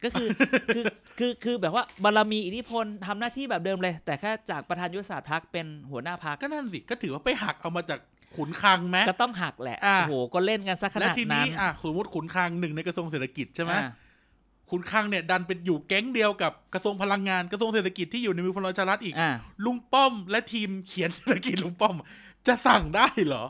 ก็คือ คือคือคือแบบว่าบารมีอิทธิพลทำหน้าที่แบบเดิมเลย แต่แค่จากประธานยุทธศาสตร์พักเป็นหัวหน้าพัก ก็นั่นสิก็ถือว่าไปหักเอามาจากขุนคลังไหม ก็ต้องหักแหละ อ่ะ โอ้โหก็เล่นกันซะข และ นาด ทีนี้ นั้น อ่ะสมมติขุนคลังหนึ่งในกระทรวงเศรษฐกิจใช่ไหม อ่ะ คุณคลังเนี่ยดันเป็นอยู่แก๊งเดียวกับกระทรวงพลังงานกระทรวงเศรษฐกิจที่อยู่ในมือพลเอกชรัฐอีก อ่ะ ลุงป้อมและทีมเขียนเศรษฐกิจลุงป้อม จะสั่งได้เหรอ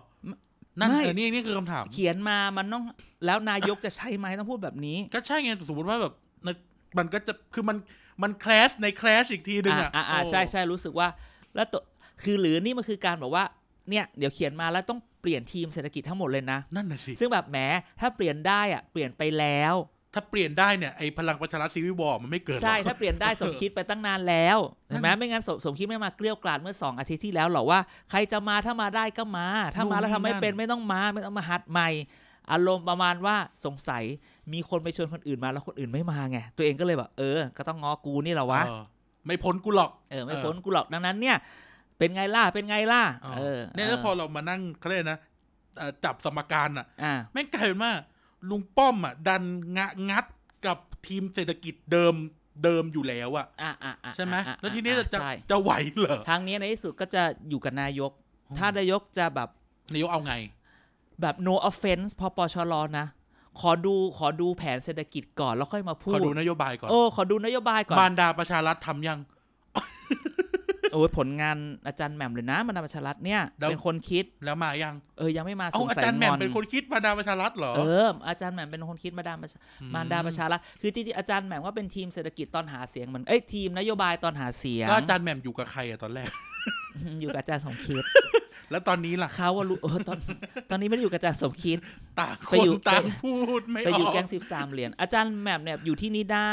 นั่นเออนี่นี่คือคำถาม เขียนมามันต้องแล้วนายกจะใช่ไหมต้องพูดแบบนี้ ก็ใช่ไงสมมติว่าแบบนะมันก็จะคือมันมันแคลสในแคลสอีกทีหนึ่ง อ่า อ่ะ อ่าอ่า โ ใช่ใช่รู้สึกว่า แล้วตัวคือหรือนี่มันคือการบอกว่าเนี่ยเดี๋ยวเขียนมาแล้วต้องเปลี่ยนทีมเศรษฐกิจทั้งหมดเลยนะ นั่นน่ะสิ ซึ่งแบบแหมถ้าเปลี่ยนได้อ่ะเปลี่ยนไปแล้ว ถ้าเปลี่ยนได้เนี่ยไอ้พลังประชารัฐซีวิวอร์มันไม่เกิดหรอก ใช่ถ้าเปลี่ยน ได้สมคิดไปตั้งนานแล้วเห็นไหม นั่นสิ ไม่งั้นสมสมคิดไม่มาเกลี้ยวกล่อมเมื่อสองอาทิตย์ที่แล้วหรอกว่าใครจะมาถ้ามาได้ก็มา ถ้ามาแล้ว นู่ ทำ นนี่ ไม่เป็น นั่น ไม่ต้องมาไม่ต้องมาหัดใหม่ อารมณ์ประมาณว่าสงสัยมีคนไปชวนคนอื่นมาแล้วคนอื่นไม่มาไงตัวเองก็เลยแบบเออ ก็ต้องง้อกูนี่แหละวะ เออไม่พ้นกูหรอก เออไม่ เออ พ้นกูหรอกดังนั้นเนี่ย เป็นไงล่ะเป็นไงล่ะเออ เนี่ยแล้วพอเรามานั่งเขาเรียกนะเอ่อจับสมการอ่ะ อ่า แม่งกลายเป็นว่าลุงป้อมอ่ะ ดันงะงัดกับทีมเศรษฐกิจเดิมเดิมอยู่แล้วอ่ะ อ่าอ่าอ่า ใช่ไหม อ่า แล้วทีนี้จะจะ ใช่ จะไหวเหรอ ทางนี้ในที่สุดก็จะอยู่กับนายก ถ้านายกจะแบบ นายกเอาไง แบบ no offense พอปชรนะ ขอดูขอดูแผนเศรษฐกิจก่อนแล้วค่อยมาพู ขอ ด ดูนโยบายก่อน โอ้ขอดูนโยบายก่อน มารดาประชารัฐทำยัง โอ้ยผลงานอาจารย์แหม่มเลยนะมานามประชารัฐเนี่ย แล้ว เป็นคนคิด แล้วมายัง เออยังไม่มา เอา สง อา สัย จารย์แหม่ม งอ เป็นคนคิดมารดาประชารัฐเหรอ เอออาจารย์แหม่มเป็นคนคิดมาดามประชา อื มารดาประชารัฐคือจริงๆอาจารย์แหม่มว่าเป็นทีมเศรษฐกิจตอนหาเสียงเหมือนเอ้ยทีมนโยบายตอนหาเสียง แล้วอาจารย์แหม่มอยู่กับใครอะตอนแรก อยู่กับอาจารย์สมคิด แล้วตอนนี้ล่ะ เขาว่ารู้เออตอนตอนนี้ไม่ได้อยู่กับอาจารย์สมคิ ด ต่างค ไปอน ยู่ ต่างพูดไม่ ไป อ อยู่ อก แกงสิบสามเหรียญอาจารย์แหม่มเนี่ยอยู่ที่นิด้า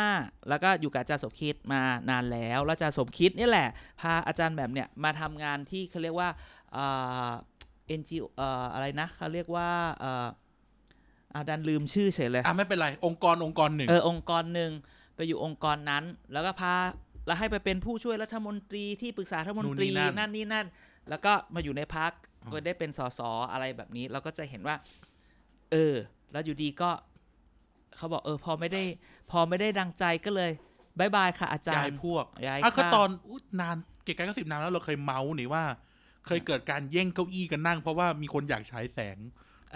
แล้วก็อยู่กับอาจารย์สมคิดมานานแล้วแล้วอาจารย์สมคิดนี่แหละ พาอาจารย์แหม่มเนี่ยมาทำงานที่เขาเรียกว่าเอ็นจีเอ่ออะไรนะเขาเรียกว่าเอ่ออาดันลืมชื่อเฉยเลย อ่ะไม่เป็นไร องค์กรองค์กรหนึ่ง เออองค์กรหนึ่งไปอยู่องค์กรนั้น แล้วก็พาแล้วให้ไปเป็นผู้ช่วยรัฐมนตรีที่ปรึกษารัฐมนตรีนั่นนี่นั่น แล้วก็มาอยู่ในพักก็ได้เป็นสสอะไรแบบนี้ เราก็จะเห็นว่า เออ แล้วอยู่ดีก็ เขาบอกเออ พอไม่ได้ พอไม่ได้ดังใจก็เลยบายบายค่ะอาจาย าร ย ย์ พวก ย้าย อ่ะก็ ข้าง ตอนอุ๊ยนานเกียรติกายก็สิบนานแล้วเราเคยเมาส์นี่ว่า เคยเกิดการแย่งเก้าอี้กันนั่ง เพราะว่ามีคนอยากใช้แสง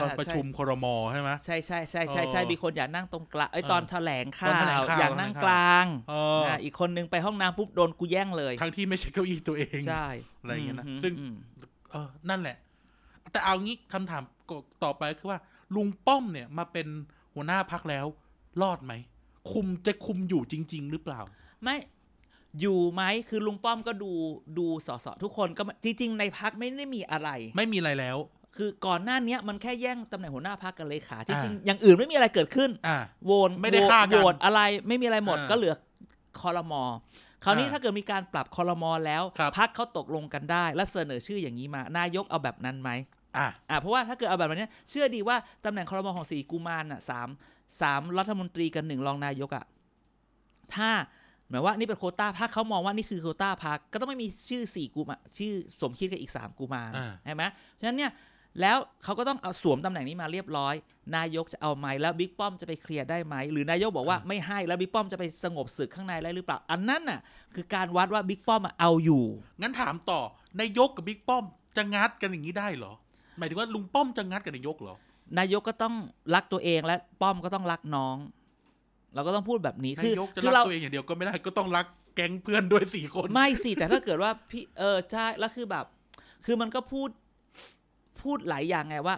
ตอนประชุมครมใช่ไหม ใช่ใช่ใช่ใช่ใช่ เออ มีคนอยากนั่งตรงกลางไอ้ย เออ ตอนแถลงข่า ตอนแถลง ว ข่าว อยากนั่ง ตอนแถลงข่าว กลาง เออ นะอีกคนนึงไปห้องน้ำปุ๊บโดนกูแย่งเลย ทั้งที่ไม่ใช่เก้าอี้ตัวเอง ใช่ อะไรอย่างเงี้ยนะ อืม ซึ่ง อืม เออนั่นแหละ แต่เอางี้คำถามก็ต่อไปคือว่า ลุงป้อมเนี่ยมาเป็นหัวหน้าพักแล้ว รอดไหม คุมจะคุมอยู่จริง ๆ หรือเปล่า ไม่อยู่ไหมคือลุงป้อมก็ดูดูสสทุกคนก็ไม่จริง ๆ ในพักไม่ได้มีอะไร ไม่มีอะไรแล้ว คือก่อนหน้าเนี้ยมันแค่แย่งตำแหน่งหัวหน้าพักกันเลยขาจ อ่า ริงๆอย่างอื่นไม่มีอะไรเกิดขึ้น อ่า โหวต ไม่ได้ฆ่ากัน โหวตอะไรไม่มีอะไรหมด อ่า ก็เหลือคอรมอคราวนี้ อ่า ถ้าเกิดมีการปรับคอรมอแล้ว ครับ พักเขาตกลงกันได้ และเสนอชื่ออย่างนี้มา นายกเอาแบบนั้นไหม อ่า อ่าเพราะว่าถ้าเกิดเอาแบบนี้เชื่อดีว่าตำแหน่งคอรมอของสีกุมารน่ะสามสามรัฐมนตรีกันหนึ่งรองนายกอ่ะถ้าหมายว่านี่เป็นโควต้าพักเขามองว่านี่คือโควต้าพักก็ต้องไม่มีชื่อสี่กุมารชื่อสมคิดกับอีกสามกุมาร อ่า ใช่ไหมฉะนั้นเนี่ยแล้วเขาก็ต้องเอาสวมตำแหน่งนี้มาเรียบร้อย นายกจะเอาไหมแล้วบิ๊กป้อมจะไปเคลียร์ได้ไหมหรือนายกบอกว่า ครับ ไม่ให้แล้วบิ๊กป้อมจะไปสงบศึกข้างในได้หรือเปล่า อันนั้นน่ะ คือการวัดว่าบิ๊กป้อมอะเอาอยู่ งั้นถามต่อนายกกับบิ๊กป้อมจะงัดกันอย่างนี้ได้เหรอ หมายถึงว่าลุงป้อมจะงัดกับนายกเหรอ นายกก็ต้องรักตัวเองและป้อมก็ต้องรักน้อง เราก็ต้องพูดแบบนี้ นา คือย กจะ คื รั อก เรา ตัวเองอย่างเดียวก็ไม่ได้ก็ต้องรักแก๊งเพื่อนด้วยสี่คน ไม่สิแต่ถ้าเกิดว่าพี่เออใช่แล้วคือแบบ คือมันก็พูดพูดหลายอย่างไงว่า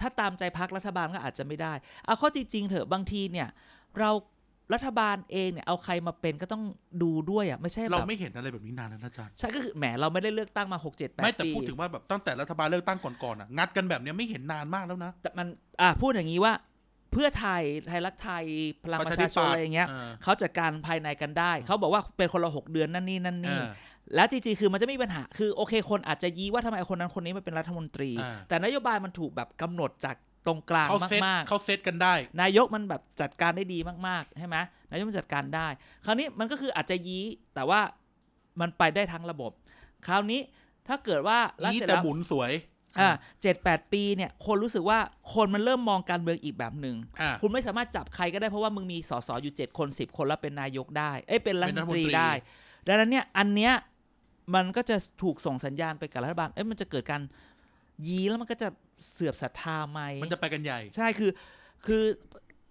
ถ้าตามใจพักรัฐบาลก็อาจจะไม่ได้เอาข้อจริงๆเถอะบางทีเนี่ย เรารัฐบาลเองเนี่ยเอาใครมาเป็นก็ต้องดูด้วยอ่ะไม่ใช่แบ เรา บ ไม่เห็นอะไรแบบนี้นานแล้วนะอาจารย์ ใช่ก็คือแหมเราไม่ได้เลือกตั้งมาหกเจ็ดแปด ไม่แต่ ปี พูดถึงว่าแบบตั้งแต่รัฐบาลเลือกตั้งก่อนๆอ่ะงัดกันแบบเนี้ยไม่เห็นนานมากแล้วนะ แต่มันอ่ะพูดอย่างนี้ว่าเพื่อไทยไทยรักไทยพลังประชาชนอะไรอย่างเงี้ยเขาจัดการภายในกันได้ เขาบอกว่าเป็นคนละหกเดือนนั่นนี่นั่น นี่ นี่แล้วจริงๆคือมันจะไม่มีปัญหาคือโอเคคนอาจจะยี้ว่าทำไมคนนั้นคนนี้มาเป็นรัฐมนตรี อ่า แต่นโยบายมันถูกแบบกำหนดจากตรงกลาง เขาเซต มาก เขาเซตกันได้ ๆ นายกมันแบบจัดการได้ดีมากๆใช่ไหมนายกมันจัดการได้ คราวนี้มันก็คืออาจจะยี้แต่ว่ามันไปได้ทั้งระบบ คราวนี้ถ้าเกิดว่าล้ว นี่ เสร็จ แต่ ล้ว หมุนสวย อ่าเจ็ดแปดปีเนี่ย คนรู้สึกว่าคนมันเริ่มมองการเมืองอีกแบบหนึ่ง อ่า คุณไม่สามารถจับใครก็ได้เพราะว่ามึงมีสสอยู่เจ็ดคนสิบคนแล้วเป็นนายกได้ เอ้ยเป็นรัฐมนตรี เป็นรัฐมนตรี ได้ ดังนั้นเนี่ยอันเนี้ยมันก็จะถูกส่งสัญญาณไปกับรัฐบาล เอ้ยมันจะเกิดการยีแล้วมันก็จะเสื่อมศรัทธาไหม มันจะไปกันใหญ่ ใช่คือคือ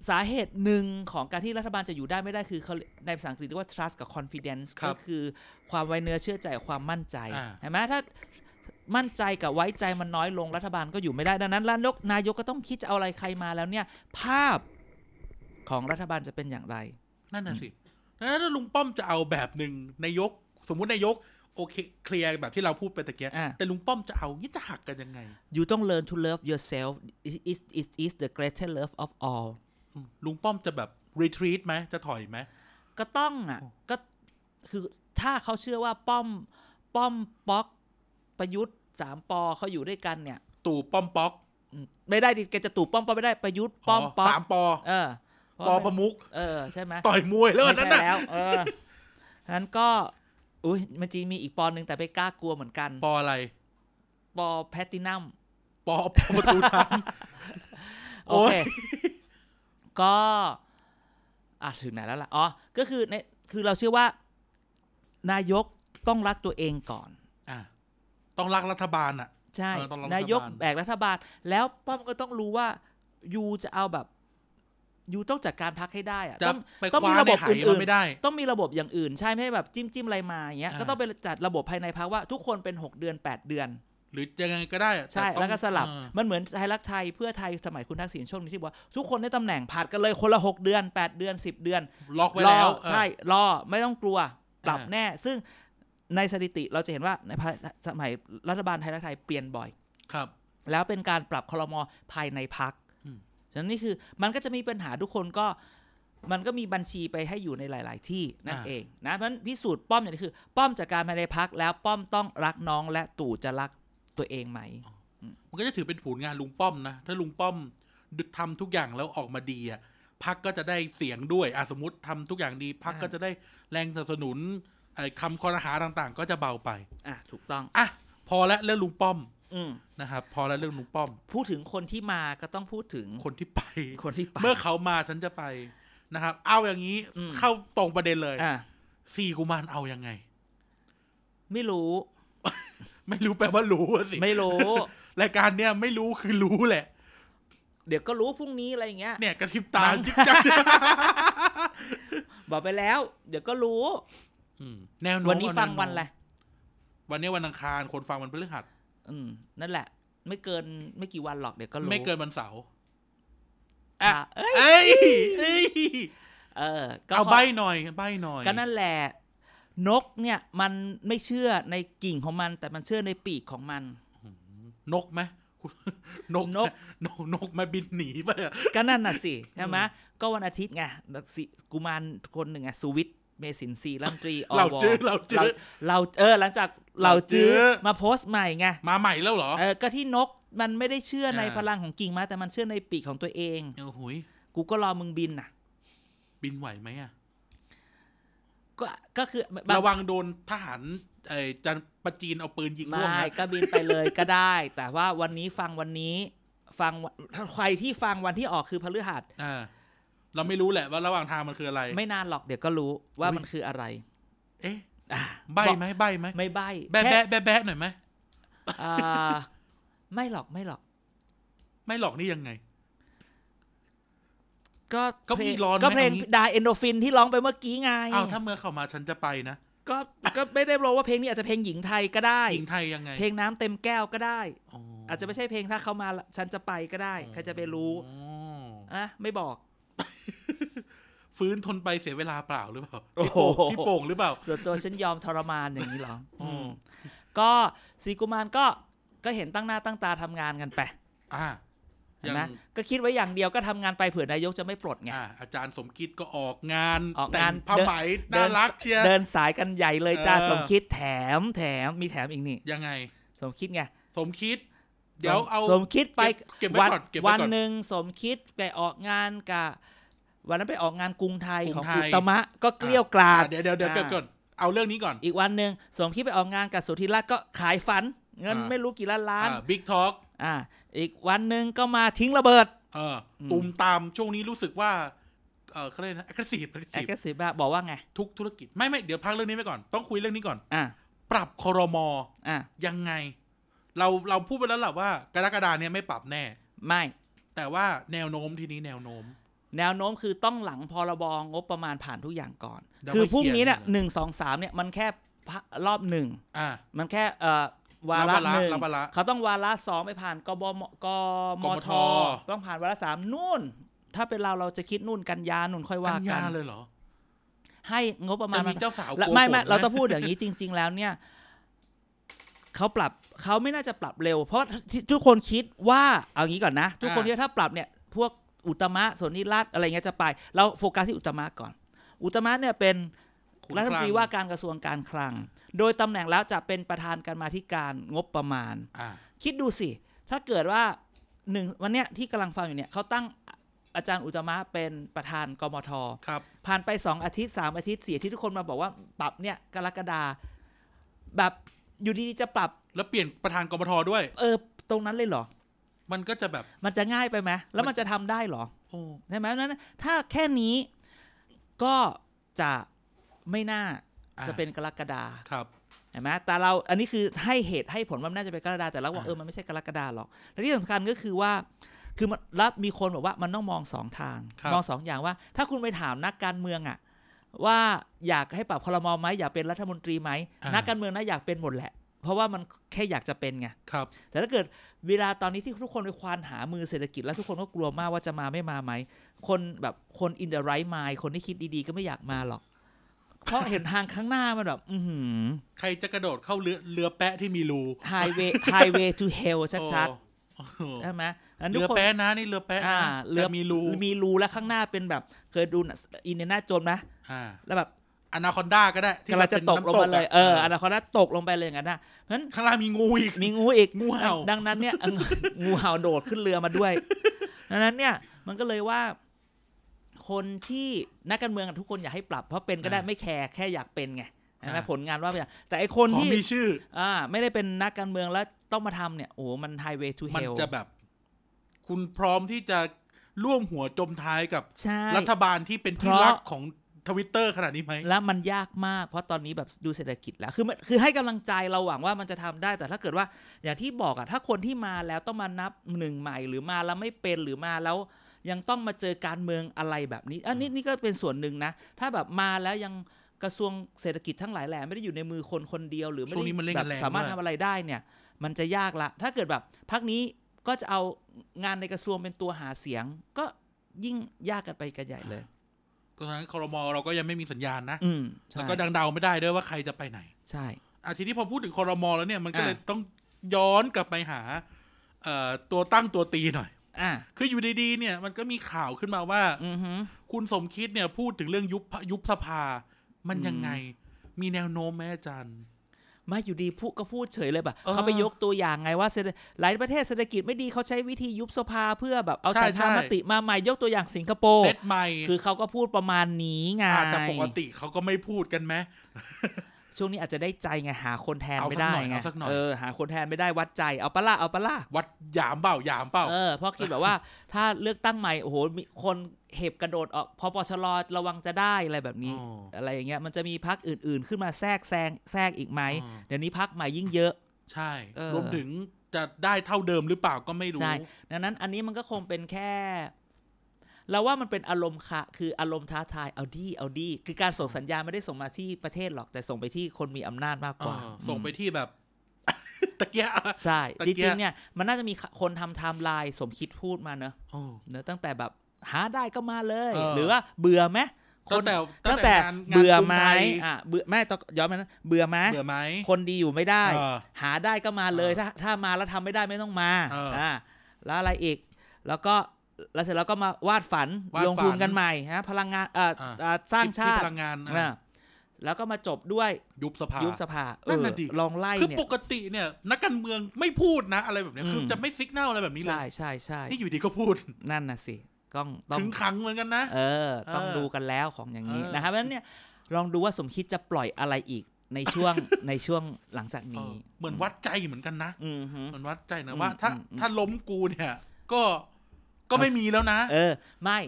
สาเหตุหนึ่งของการที่รัฐบาลจะอยู่ได้ไม่ได้คือเขาในภาษาอังกฤษเรียกว่า trust กับ confidence ก็คือความไว้เนื้อเชื่อใจกับความมั่นใจเห็นไหมถ้ามั่นใจกับไว้ใจมันน้อยลงรัฐบาลก็อยู่ไม่ได้ ดังนั้นนายกนายกก็ต้องคิดจะเอาอะไรใครมาแล้วเนี่ย ภาพของรัฐบาลจะเป็นอย่างไร นั่นน่ะสิแล้วถ้าลุงป้อมจะเอาแบบหนึ่งนายก สมมุตินายก โอเคเคลียร์แบบที่เราพูดไปตะเกีย อ่า แต่ลุงป้อมจะเอางี้จะหักกันยังไง you ต้อง learn to love yourself it is it is the greatest love of all อืมลุงป้อมจะแบบรีทรีตไหมจะถอยไหม ก็ต้องอ่ะ โอ้ ก็คือถ้าเขาเชื่อว่าป้อมป้อมป๊อกประยุทธ์สามปอเขาอยู่ด้วยกันเนี่ย ตู่ป้อมป๊อก อืมไม่ได้ดิแกจะตู่ป้อมป๊อกไม่ได้ประยุทธ์ป้อมป๊อก สามปอ เออ ป เพ อ ราะ ป ไม่ ระมุก เออใช่ไหม ต่อยมวยแล้วอันนั้น ไม่ใช่น่ะแล้วเออนั้นก็อุ้ยมันจริงมีอีกปอหนึ่งแต่ไปกล้ากลัวเหมือนกัน ปออะไร ปอแพตตินัม ปอปอประตูทาง โอเค ก็อ่ะถึงไหนแล้วล่ะ อ๋อ ก็คือในคือเราเชื่อว่า นายกต้องรักตัวเองก่อน อ่ะต้องรักรัฐบาลอ่ะ ใช่ เออต้องรัฐบาล นายกแบกรัฐบาล แล้วป้อมก็ต้องรู้ว่ายูจะเอาแบบยูต้องจัดการพักให้ได้อะ จะ ต้อง ไป ต้อง คว้า มีระ ใน บบ ไห อื่ มัน นๆ ไม่ได้ ต้องมีระบบอย่างอื่น ใช่ไม่ให้แบบจิ้มจิ้มอะไรมาอย่างเงี้ย อ่า ก็ต้องไปจัดระบบภายในพักว่าทุกคนเป็น 6 เดือน 8 เดือน หรือยังไงก็ได้อะ ใช่ ต่ต้อง แล้วก็สลับ เออ มันเหมือนไทยรักไทยเพื่อไทยสมัยคุณทักษิณช่วงนี้ที่บอกว่าทุกคนได้ตำแหน่งผัดกันเลยคนละ 6 เดือน 8 เดือน 10 เดือน ล็อกไว้ รอ แล้วเออ ใช่ รอไม่ต้องกลัวปรับ อ่า แน่ ซึ่งในสถิติเราจะเห็นว่าในภายสมัยรัฐบาลไทยรักไทยเปลี่ยนบ่อย ครับ แล้วเป็นการปรับคลมอภายในพัก อืม ฉะนั้นนี่คือมันก็จะมีปัญหาทุกคนก็ มันก็มีบัญชีไปให้อยู่ในหลาย ๆ ที่นั่นเองนะเพราะฉะนั้นพิสูจน์ป้อมอย่างนี้คือ ป้อมจากการภายในพักแล้วป้อมต้องรักน้องและตู่จะรักตัวเองไหม มันก็จะถือเป็นผลงานลุงป้อมนะ ถ้าลุงป้อมดึกทำทุกอย่างแล้วออกมาดีอ่ะพักก็จะได้เสียงด้วยอ่ะสมมติทำทุกอย่างดีพัก อ่า ก็จะได้แรงสนับสนุนไอ้คำคอรหาต่างๆ ก็จะเบาไป อ่ะถูกต้อง อ่ะพอแล้วเรื่องลุงป้อม อืม นะครับพอแล้วเรื่องลุงป้อม พูดถึงคนที่มาก็ต้องพูดถึง คนที่ไป คนที่ไป เมื่อเขามาฉันจะไปนะครับ เอาอย่างนี้ อืม เข้าตรงประเด็นเลย อ่ะ สี่กุมารเอายังไง ไม่รู้ ไม่รู้แปลว่ารู้อะสิ ไม่รู้ รายการเนี้ยไม่รู้คือรู้แหละ เดี๋ยวก็รู้พรุ่งนี้อะไรอย่างเงี้ย เนี่ยกระพริบตา มั้ง จิ๊บจับ บอกไปแล้ว เดี๋ยวก็รู้ อืมแนวโน้ม วันนี้ฟังวัน อะ อะไร ไรวันนี้วันอังคารคนฟังวันพฤหัส อืม นั่นแหละ ไม่เกินไม่กี่วันหรอกเดี๋ยวก็รู้ ไม่เกินวันเสาร์ ค่ะเอ้ย เอ้ยเอ้ย เออก็ เอา ขอ ใบหน่อยใบหน่อย ก็นั่นแหละ นกเนี่ยมันไม่เชื่อในกิ่งของมัน แต่มันเชื่อในปีกของมัน นกไหมคุณนก นก นกนกมาบินหนีไปอะ ก็นั่นน่ะ สิ ใช่ไหมก็วันอาทิตย์ไงสิกุมารคนหนึ่งอ่ะสุวิทย์เมสินทรีย์รัฐมนตรีอว เราจื้อเราจื้อ เราเออ หลังจากเราจื้อ เราจื้อ มาโพสต์ใหม่ไง มาใหม่แล้วเหรอ เออก็ที่นกมันไม่ได้เชื่อใน อ่า พลังของกิ่งไมาแต่มันเชื่อในปีกของตัวเอง เออหุย กูก็รอมึงบินน่ะ บินไหวไหมอะ ก็ก็คือ ระวังโดนทหารไอ้จันปะจีนเอาปืนยิงร่วง ไม่ นะ ก็บินไปเลยก็ได้ แต่ว่าวันนี้ฟังวันนี้ฟังวันใครที่ฟังวันที่ออกคือพฤหัส อ่า เราไม่รู้แหละว่าระหว่างทางมันคืออะไร ไม่นานหรอกเดี๋ยวก็รู้ว่า อุ๊ย มันคืออะไร เอ๊ะ อ่ะ ใบไหมใบไหม ไม่ใบ แบะ ค่ แบะแบะแบะหน่อยไหม อ่าไม่หรอกไม่หรอก ไม่หลอกนี่ยังไง ก็ ก็มีร้อนไหม ก็เพลง เอางี้ ดาเอนโดฟินที่ร้องไปเมื่อกี้ไง อ้าวถ้าเมื่อเข้ามาฉันจะไปนะ ก็ก็ไม่ได้รู้ว่าเพลงนี้อาจจะเพลงหญิงไทยก็ได้ หญิงไทยยังไง เพลงน้ำเต็มแก้วก็ได้ อ๋ออ อาจจะไม่ใช่เพลงถ้าเขามาละฉันจะไปก็ได้ ใครจะไปรู้ อ๋อ อ่ะไม่บอก ฟื้นทนไปเสียเวลาเปล่าหรือเปล่า โอ้โหพี่โป่งพี่โป่งหรือเปล่า ส่วนตัวฉันยอมทรมานอย่างนี้เหรอ อื อื ม มก็สีกุมารก็ก็เห็นตั้งหน้าตั้งตาทำงานกันไป อ่า เห็นไหมก็คิดไว้อย่างเดียวก็ทำงานไปเผื่อนายกจะไม่ปลดไง อ่า อาจารย์สมคิดก็ออกงาน ออก แต่ งาน งผ้า เดิน ไหม เดิน น่ารักเชียร์ เดินสายกันใหญ่เลยจ้า เออ สมคิดแถมแถมมีแถมอีกนี่ ยังไง สมคิดไง สมคิด เดี๋ยวเอา สมคิดไป เก็บเก็บไว้ วัน ก่อนเก็บไว้ วัน ก่อน หนึ่งสมคิดไปออกงานกับวันนั้นไปออกงานกรุงไทย กรุง ของ ไทย อุตมะก็เกลี้ยวกล่อ อ่าม เดี๋ยวเดี๋ยวเดี๋ยว อ่า เก็บก่อน เอาเรื่องนี้ก่อน อีกวันหนึ่งสมคิดไปออกงานกับสุธีรัตน์ก็ขายฝัน เงิน อ่า ไม่รู้กี่ล้านล้าน บิ๊กท็อก อ่า อีกวันหนึ่งก็มาทิ้งระเบิด เอออ ม ตุมตามช่วงนี้รู้สึกว่า เออเขาเรียกนะแอคทีฟ แอคสิบะบอกว่าไง ทุกธุรกิจไม่ไม่เดี๋ยวพักเรื่องนี้ไว้ก่อนต้องคุยเรื่องนี้ก่อน อ่า ปรับคอรมอ อ่า ยังไง เราเราพูดไปแล้วแหละว่ากรกฎาเนี่ยไม่ปรับแน่ ไม่ แต่ว่าแนวโน้มทีนี้แนวโน้ม แนวโน้มคือต้องหลังพรบงบประมาณผ่านทุกอย่างก่อน เดี๋ยว คือ ไม่พเคลียร์รุ่งนี้เนี่ย เลยนะ หนึ่งสองสามเนี่ยมันแค่พะรอบหนึ่ง อ่า มันแค่เอ่อวา รั ระ บวาระ หนึ่ง รับวาระ เขาต้องวาระสองไปผ่านกบมกม กม ท ท ต้องผ่านวาระสามนู่น ถ้าเป็นเราเราจะคิดนู่นกันยานู่นค่อยว่า กัน กั ยาน เลยเหรอ ให้งบประมา จะ ณ มี มัน เจ้าสาว และ โก ไม่ไม่ ผ เรา นะ ต้องพูดอย่างนี้จ ริง ๆ แล้วเนี่ยเขาปรับเขาไม่น่าจะปรับเร็ว เพราะที่ทุกคนคิดว่าเอางี้ก่อนนะ ทุกคนคิดว่าถ้าปรับเนี่ยพวกอุตมะสนนิรัตน์อะไรเงี้ยจะไป เราโฟกัสที่อุตมะก่อน อุตมะเนี่ยเป็น ขุน รัฐมนตรี กลง ว่าการกระทรวงการคลัง โดยตำแหน่งแล้วจะเป็นประธานการมาธิการงบประมาณ อ่า คิดดูสิ ถ้าเกิดว่าหนึ่งวันเนี้ยที่กำลังฟังอยู่เนี่ยเขาตั้งอาจารย์อุตมะเป็นประธานกมท ครับ ผ่านไปสองอาทิตย์สามอาทิตย์สี่อาทิตย์ทุกคนมาบอกว่าปรับเนี่ยกรกฎาแบบอยู่ดีๆจะปรับ แล้วเปลี่ยนประธานกรมทด้วย เออ ตรงนั้นเลยเหรอ มันก็จะแบบ มันจะง่ายไปไหมแล้วมันจะทำได้เหรอ โอ้ ใช่ไหมนั้น ถ้าแค่นี้ก็จะไม่น่า อ่า จะเป็นกรกฎา ครับ เห็นไหมแต่เราอันนี้คือให้เหตุให้ผลว่ามันน่าจะเป็นกรกฎาแต่เราบอก อ่า เออมันไม่ใช่กรกฎาหรอกและที่สำคัญก็คือว่า คือมันรับมีคนบอกว่ามันต้องมองสองทาง ครับ มองสองอย่างว่า ถ้าคุณไปถามนักการเมืองอะว่าอยากให้ปรับครมอไหมอยากเป็นรัฐมนตรีไหม อ่านั นักการเมืองนะอยากเป็นหมดแหละ เพราะว่ามันแค่อยากจะเป็นไง ครับ แต่ถ้าเกิดเวลาตอนนี้ที่ทุกคนไปควานหามือเศรษฐกิจแล้วทุกคนก็กลัวมากว่าจะมาไม่มาไหมคนแบบคนอินเด r ไร g ์ม i คนที่คิดดีๆ ก็ไม่อยากมาหรอก เพราะเห็นทางข้างหน้ามันแบบอื ใครจะกระโดดเข้าเรือเรือแปะที่มีรู ไฮเว ย์ไฮเวย์ทูเฮลชัด โอ้โห ๆใช่ไหมงั้นทุก เรือ คน แปะนะนี่เรือแปะนะ อ่าเรือ แต่มีรู มีรูแล้วข้างหน้าเป็นแบบเคยดูหนังอินเดียนาโจนไหม อ่า แล้วแบบ อนาคอนด้าก็ได้ที่ กำลังจะ มัน ต เป็น กลงน้ำมาเลย ะ เอออนาคอนด้าตกลงไปเลยอย่างนั้นนะเพราะฉะนั้น ข้างล่างมีงูอีก มีงูอีก งูเห่า ดังนั้นเนี่ย เอองูเห่าโดดขึ้นเรือมาด้วย ดังนั้นเนี่ยมันก็เลยว่า คนที่นักการเมืองทุกคนอยากให้ปรับ เพราะเป็นก็ได้ไม่แคร์แค่อยากเป็นไงใช่ไหมผลงานว่าไปอย่างแต่ไอคน ของ ที่ มีชื่อ อ่าไม่ได้เป็นนักการเมืองแล้วต้องมาทำเนี่ยโอ้โหมันไฮเวย์ทูเฮ มัน ล จะแบบ คุณพร้อมที่จะร่วมหัวจมท้ายกับ ใช่ รัฐบาลที่เป็นที่ เพราะ รักของทวิตเตอร์ขนาดนี้ไหม แล้วมันยากมากเพราะตอนนี้แบบดูเศรษฐกิจแล้ว คือมันคือให้กำลังใจเราหวังว่ามันจะทำได้ แต่ถ้าเกิดว่า อย่างที่บอกอะถ้าคนที่มาแล้วต้องมานับหนึ่งใหม่หรือมาแล้วไม่เป็นหรือมาแล้ว ยังต้องมาเจอการเมืองอะไรแบบนี้ อันนี้นี่ก็เป็นส่วนหนึ่งนะ ถ้าแบบมาแล้วยังกระทรวงเศรษฐกิจทั้งหลายแหล่ไม่ได้อยู่ในมือคนคนเดียวหรือไม่ ช่วงนี้มันเร่ ได้ ง แบบกันแรง สามารถ มาก ทำอะไรได้เนี่ย มันจะยากละ ถ้าเกิดแบบพักนี้ก็จะเอางานในกระทรวงเป็นตัวหาเสียง ก็ยิ่งยากกันไปกันใหญ่เลย ตอนนั้นคอรมอเราก็ยังไม่มีสัญญาณนะ อืมใช่ แล้วก็ดังเดาไม่ได้ด้วยว่าใครจะไปไหน ใช่ อาทีนี้พอพูดถึงคอรมอแล้วเนี่ยมันก็ อ่ะ เลยต้องย้อนกลับไปหาเอ่อตัวตั้งตัวตีหน่อย อ่ะ คืออยู่ดีๆเนี่ยมันก็มีข่าวขึ้นมาว่า อือหือ คุณสมคิดเนี่ยพูดถึงเรื่องยุบยุบสภา มันยังไง มีแนวโน้มไหมอาจารย์ มาอยู่ดีพูดก็พูดเฉยเลยแบบ เออ เขาไปยกตัวอย่างไงว่าเศรษฐหลายประเทศเศรษฐกิจไม่ดีเขาใช้วิธียุบสภาเพื่อแบบเอา ใช่ ฉันทาม ใช่ ติมาใหม่ยกตัวอย่างสิงคโปร์ เซตใหม่ คือเขาก็พูดประมาณนี้ไง อ่ะแต่ปกติเขาก็ไม่พูดกันไหม ช่วงนี้อาจจะได้ใจไงหาคนแทน เอา ไม่ สัก ได้ หน่อย ไง เอาสักหน่อย เออหาคนแทนไม่ได้วัดใจเอาปะล่าเอาปะล่า วัดหยามเปล่าหยามเปล่า เออเพราะคิดแบบว่า ถ้าเลือกตั้งใหม่โอ้โหมีคนเห็บกระโดดออกพอปชรระวังจะได้อะไรแบบนี้ อ๋ออ อะไรอย่างเงี้ยมันจะมีพักอื่น ๆ ขึ้นมาแทรกแซงแทรกอีกไหม อ๋อ เดี๋ยวนี้พักใหม่ยิ่งเยอะ ใช่ เออ รวมถึง จะได้เท่าเดิมหรือเปล่าก็ไม่รู้ ใช่ ดังนั้นอันนี้มันก็คงเป็นแค่ เราว่ามันเป็นอารมณ์ค่ะ คืออารมณ์ท้าทายเอาดีเอาดี คือการส่งสัญญาณไม่ได้ส่งมาที่ประเทศหรอกแต่ส่งไปที่คนมีอำนาจมากกว่า เออส่งไป อื ที่แบบ ตะเกียะ มใช่ ตะ จ เกีริยบงๆเนี่ยมันน่าจะมีคนทำไทม์ไลน์สมคิดพูดมาเนอะ โอ้ เนอะตั้งแต่แบบหาได้ก็มาเลย เออ หรือว่าเบื่อไหมค ตั้ น งแต่ ตั้งแต่ งานงาน เบื่อไหม กรุงทย อ่ะเบื่อไม่ต้องย้อนไปนะเบื่อไหม เบื่อไหม คนดีอยู่ไม่ได้ เออ หาได้ก็มาเลย เออ ถ้าถ้ามาแล้วทำไม่ได้ไม่ต้องมา เอออ่ ่าแล้วอะไรอีก แล้วก็แล้วเสร็จแล้วก็มาวาดฝัน วาดฝัน ลงทุนกันใหม่ฮะพลังงานเอ่อ อ่า เอ่อสร้างชา ที่ ติ พลังงานอ่ะ อ่าแล้วก็มาจบด้วย ยุบสภา ยุบสภา นั่นน่ะ เออ ดิ ลองไล่ คือ เนี่ย ปกติเนี่ย นักการเมืองไม่พูดนะ อะไรแบบเนี้ย อืม คือจะไม่ซิกแนลอะไรแบบนี้เล ใช่ ย ใช่ใช่ นี่อยู่ดีก็พูด นั่นน่ะสิต้องต้อง ถึงขังเหมือนกันนะ เออ ต้อง เออ ดูกันแล้วของอย่างนี้ เออ นะครับเพราะฉะนั้นเนี่ยลองดูว่าสมคิดจะปล่อยอะไรอีกในช่วง ในช่วงหลังจาก เอ นี้ อเหมือนวัดใจเหมือนกันนะ อืมฮึ เหมือนวัดใจนะ อืม ว่า ถ้า อืมอืม ถ้าล้มกูเนี่ย ก็ก็ไม่มีแล้วนะ เออ ไม่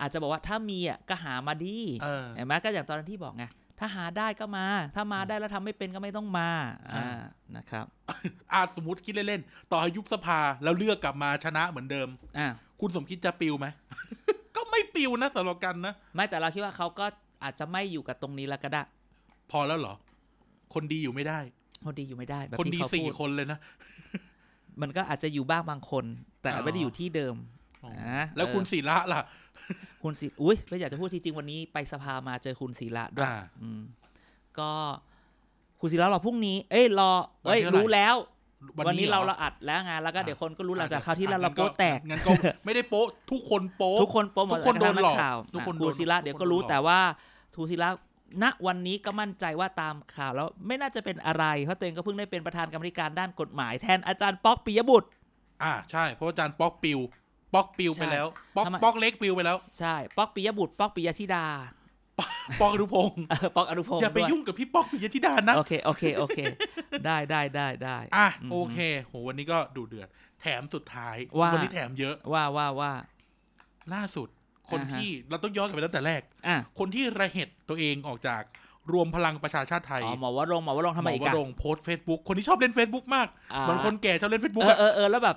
อาจจะบอกว่าถ้ามีอ่ะก็หามาดี เออ เห็นไหมก็อย่างตอนนนที่บอกไง ถ้าหาได้ก็มา ถ้ามาได้แล้วทำไม่เป็นก็ไม่ต้องมา อ่า อ่านะครับ อาสมมติคิดเล่นๆต่อให้ยุบสภาแล้วเลือกกลับมาชนะเหมือนเดิม อ่า คุณสมคิดจะปิวไหม ก็ไม่ปิวนะสำหรับกันนะ ไม่แต่เราคิดว่าเขาก็อาจจะไม่อยู่กับตรงนี้แล้วก็ได้ พอแล้วเหรอ คนดีอยู่ไม่ได้ คนดีอยู่ไม่ได้แบบ คน ที่ ดี เขา สี่ พูด คนเลยนะ มันก็อาจจะอยู่บ้างบางคน แต่ อ๋อ ไม่ได้อยู่ที่เดิม อ๋อ นะ แล้วคุณศิระล่ะ คุณศิอุ้ยไม่อยากจะพูดจริงๆวันนี้ไปสภามาเจอคุณศิระด้วย อ่า อืมก็คุณศิระรอพรุ่งนี้ เอ้ยรอเอ้ย วันที่เท่าไหร่ รู้แล้ว วันนี้ ห เราเราอัดแล้วไงานแล้วก็เดี๋ยวคนก็รู้หลังจากคราวที่แล้วเราโป๊ะแตก งั้น ก็ไม่ได้โป๊ะ ทุกคนโป๊ะ ทุกคนโปรโมท ทุกคนโดนหลอก ข่าว ทุกคน ทู โดน ศิระ ทุกคน เดี๋ยวก็รู้ โดนหลอก แต่ว่าทูศิระณวันนี้ก็มั่นใจว่าตามข่าวแล้วไม่น่าจะเป็นอะไร เพราะตัวเองก็เพิ่งได้เป็นประธานกรรมธิการด้านกฎหมายแทนอาจารย์ป๊อกปิยบุตร อ่าใช่ เพราะอาจารย์ป๊อกปิว ป๊อกปิวไปแล้ว ป๊อก ทำไม ป๊อกเล็กปิวไปแล้ว ใช่ ป๊อกปิยบุตร ป๊อกปิยธิดา ป๊อกอนุพงศ์ เออป๊อกอนุพงศ์ อย่าไป ด้วย ยุ่งกับพี่ป๊อกปิยธิดานะ โอเคโอเคโอเค ได้ได้ได้ได้ อ่ะ อืม โอเค โหวันนี้ก็ดูเดือด แถมสุดท้าย ว่า วันนี้แถมเยอะ ว่าว่าว่า ล่าสุด คน อ่าฮะ ที่เราต้องย้อนกลับไปตั้งแต่แรก อ่ะ คนที่ระเหตุตัวเองออกจากรวมพลังประชาชาติไทย อ๋อหมอวรงค์หมอวรงค์ทำ หม ไม อ อีก ว อะ รงค์โพสเฟซบุ๊กคนที่ชอบเล่น Facebook มาก อ่า เหมือนคนแก่ชอบเล่น Facebook เออ อะ เออเออแล้วแบบ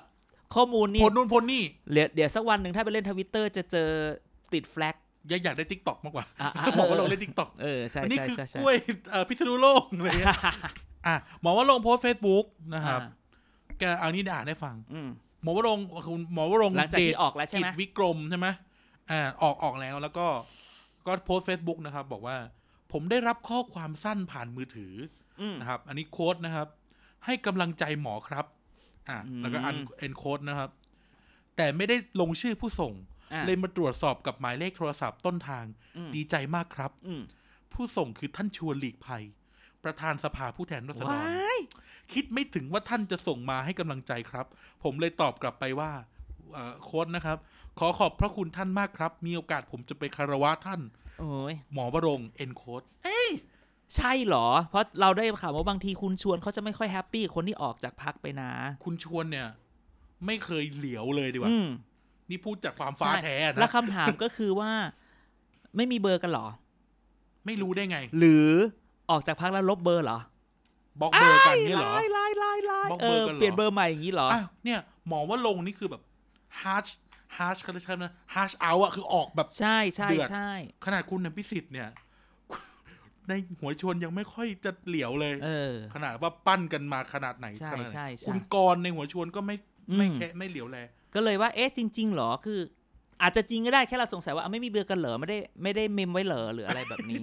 ข้อมูล โพ นี่ สนู่นโพสนี่ เดี๋ยวเดี๋ยวสักวันหนึ่งถ้าไปเล่นทวิตเตอร์จะเจอติดแฟลก ยังอยากได้ทิกตอกมากกว่า อ่ะะ บอกว่าลงเล่นทิกตอก เออใช่ อันนี้ ใช่ คือ ใช่ใช่ กล้วยเอ่อพิษณุโลกอะไรเงี้ยอ่ะหมอว่าลงค์โพสเฟซบุ๊กนะครับ อ่า แกเอานี่อ่านให้ฟัง อืม หมอว่าลงค์คุณหมอว่าลงค์ หลังจาก เด ที่ ช ออกแล้วใช่ กิจ ไหม วิกรมใช่ไหมอ่า ออกออกแล้วแล้วก็ ก็โพสต์ Facebook นะครับ บอกว่า ผมได้รับข้อความสั้นผ่านมือถือ อืม นะครับ อันนี้โค้ดนะครับ ให้กำลังใจหมอครับ อ่า อืม แล้วก็อันเอ็นโค้ดนะครับ แต่ไม่ได้ลงชื่อผู้ส่ง อ่ะ เลยมาตรวจสอบกับหมายเลขโทรศัพท์ต้นทาง อืม ดีใจมากครับ อืม ผู้ส่งคือท่านชวนหลีกภัย ประธานสภาผู้แทนราษฎ ว้าร ย คิดไม่ถึงว่าท่านจะส่งมาให้กำลังใจครับ ผมเลยตอบกลับไปว่าเอ่อโค้ดนะครับ ขอขอบพระคุณท่านมากครับ มีโอกาสผมจะไปคารวะท่าน โอ้ย หมอวรงเอ็นโค้ด ใช่เหรอ เพราะเราได้ข่าวว่าบางทีคุณชวนเขาจะไม่ค่อยแฮปปี้คนที่ออกจากพักไปนะ คุณชวนเนี่ย ไม่เคยเหลียวเลยดีกว่า อืม นี่พูดจากความฟ้า ใช่ แท้ แล้ว นะ คำถามก็คือว่า ไม่มีเบอร์กันเหรอ ไม่รู้ได้ไง หรือออกจากพักแล้วลบเบอร์เหรอบ ล็อกเบอร์กันเนี่ยเหรอ ไล่ไล่ไล่ไล่ บล็อก เอ เบอร์ อ กันเหรอ เปลี่ยนเบอร์ใหม่อย่างนี้เหรอ อ้าวเนี่ย หมอวรงนี่คือแบบฮาร์ชฮาร์ชเขาเรียกใช่ไหมฮาร์ชเอาอะคือออกแบบ ใช่ใช่ เดือด ใช่ ขนาดคุณนพิสิทธิ์เนี่ย ในหัวชวนยังไม่ค่อยจะเหลียวเลย เออ ขนาดว่าปั้นกันมาขนาดไหน ใช่ ขนาดไหน ใช่ใช่ คุณกรณ์ในหัวชวนก็ไม่ อืม ไม่แค่ไม่เหลียวแล ก็เลยว่าเอ๊ะจริง ๆ เหรอคือ อาจจะจริงก็ได้แค่เราสงสัยว่าอ่ะไม่มีเบอร์กันเหรอไม่ได้ไม่ได้เมมไว้เหรอหรืออะไรแบบนี้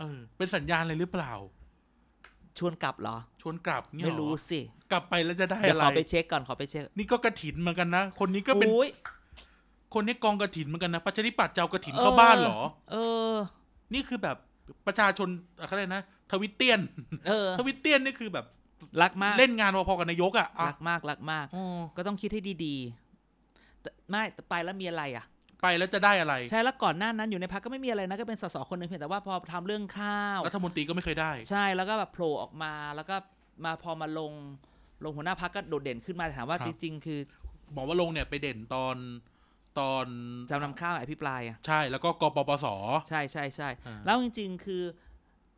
เออ เป็นสัญญาณอะไรหรือเปล่า ชวนกลับเหรอ ชวนกลับเนี่ย ไม่ เหอ รู้สิ กลับไปแล้วจะได้ เดี๋ยวอะไร ขอไปเช็คก่อนขอไปเช็ค นี่ก็กระถินเหมือนกันนะ คนนี้ก็เป็น โอ้ย คนนี้กองกระถินเหมือนกันนะประชาธิปัตย์จะเอากระถิน เออ เข้าบ้านเหรอ เออ นี่คือแบบประชาชนอะไรยกนะ ทวิตเตียน เออ ทวิตเตียนนี่คือแบบ รักมาก เล่นงานพอๆกับนายกอ่ะอ่ะ รักมากรักมาก อ๋อ ก็ต้องคิดให้ดีๆแต่ไม่แต่ไปแล้วมีอะไรอ่ะ ไปแล้วจะได้อะไร ใช่แล้วก่อนหน้านั้นอยู่ในพักก็ไม่มีอะไรนะก็เป็นสสคนหนึ่งเพียงแต่ว่าพอทำเรื่องข้าว รัฐมนตรีก็ไม่เคยได้ ใช่แล้วก็แบบโผล่ออกมาแล้วก็มาพอมาลงลงหัวหน้าพักก็โดดเด่นขึ้นมาแต่ถามว่า ครับ จริง ๆ คือ หมอว่าลงค์เนี่ยไปเด่นตอนตอน จำนำข้าวอภิปรายอ่ะ ใช่แล้วก็กปปส ใช่ใช่ใช่ อ่า แล้วจริง ๆ คือ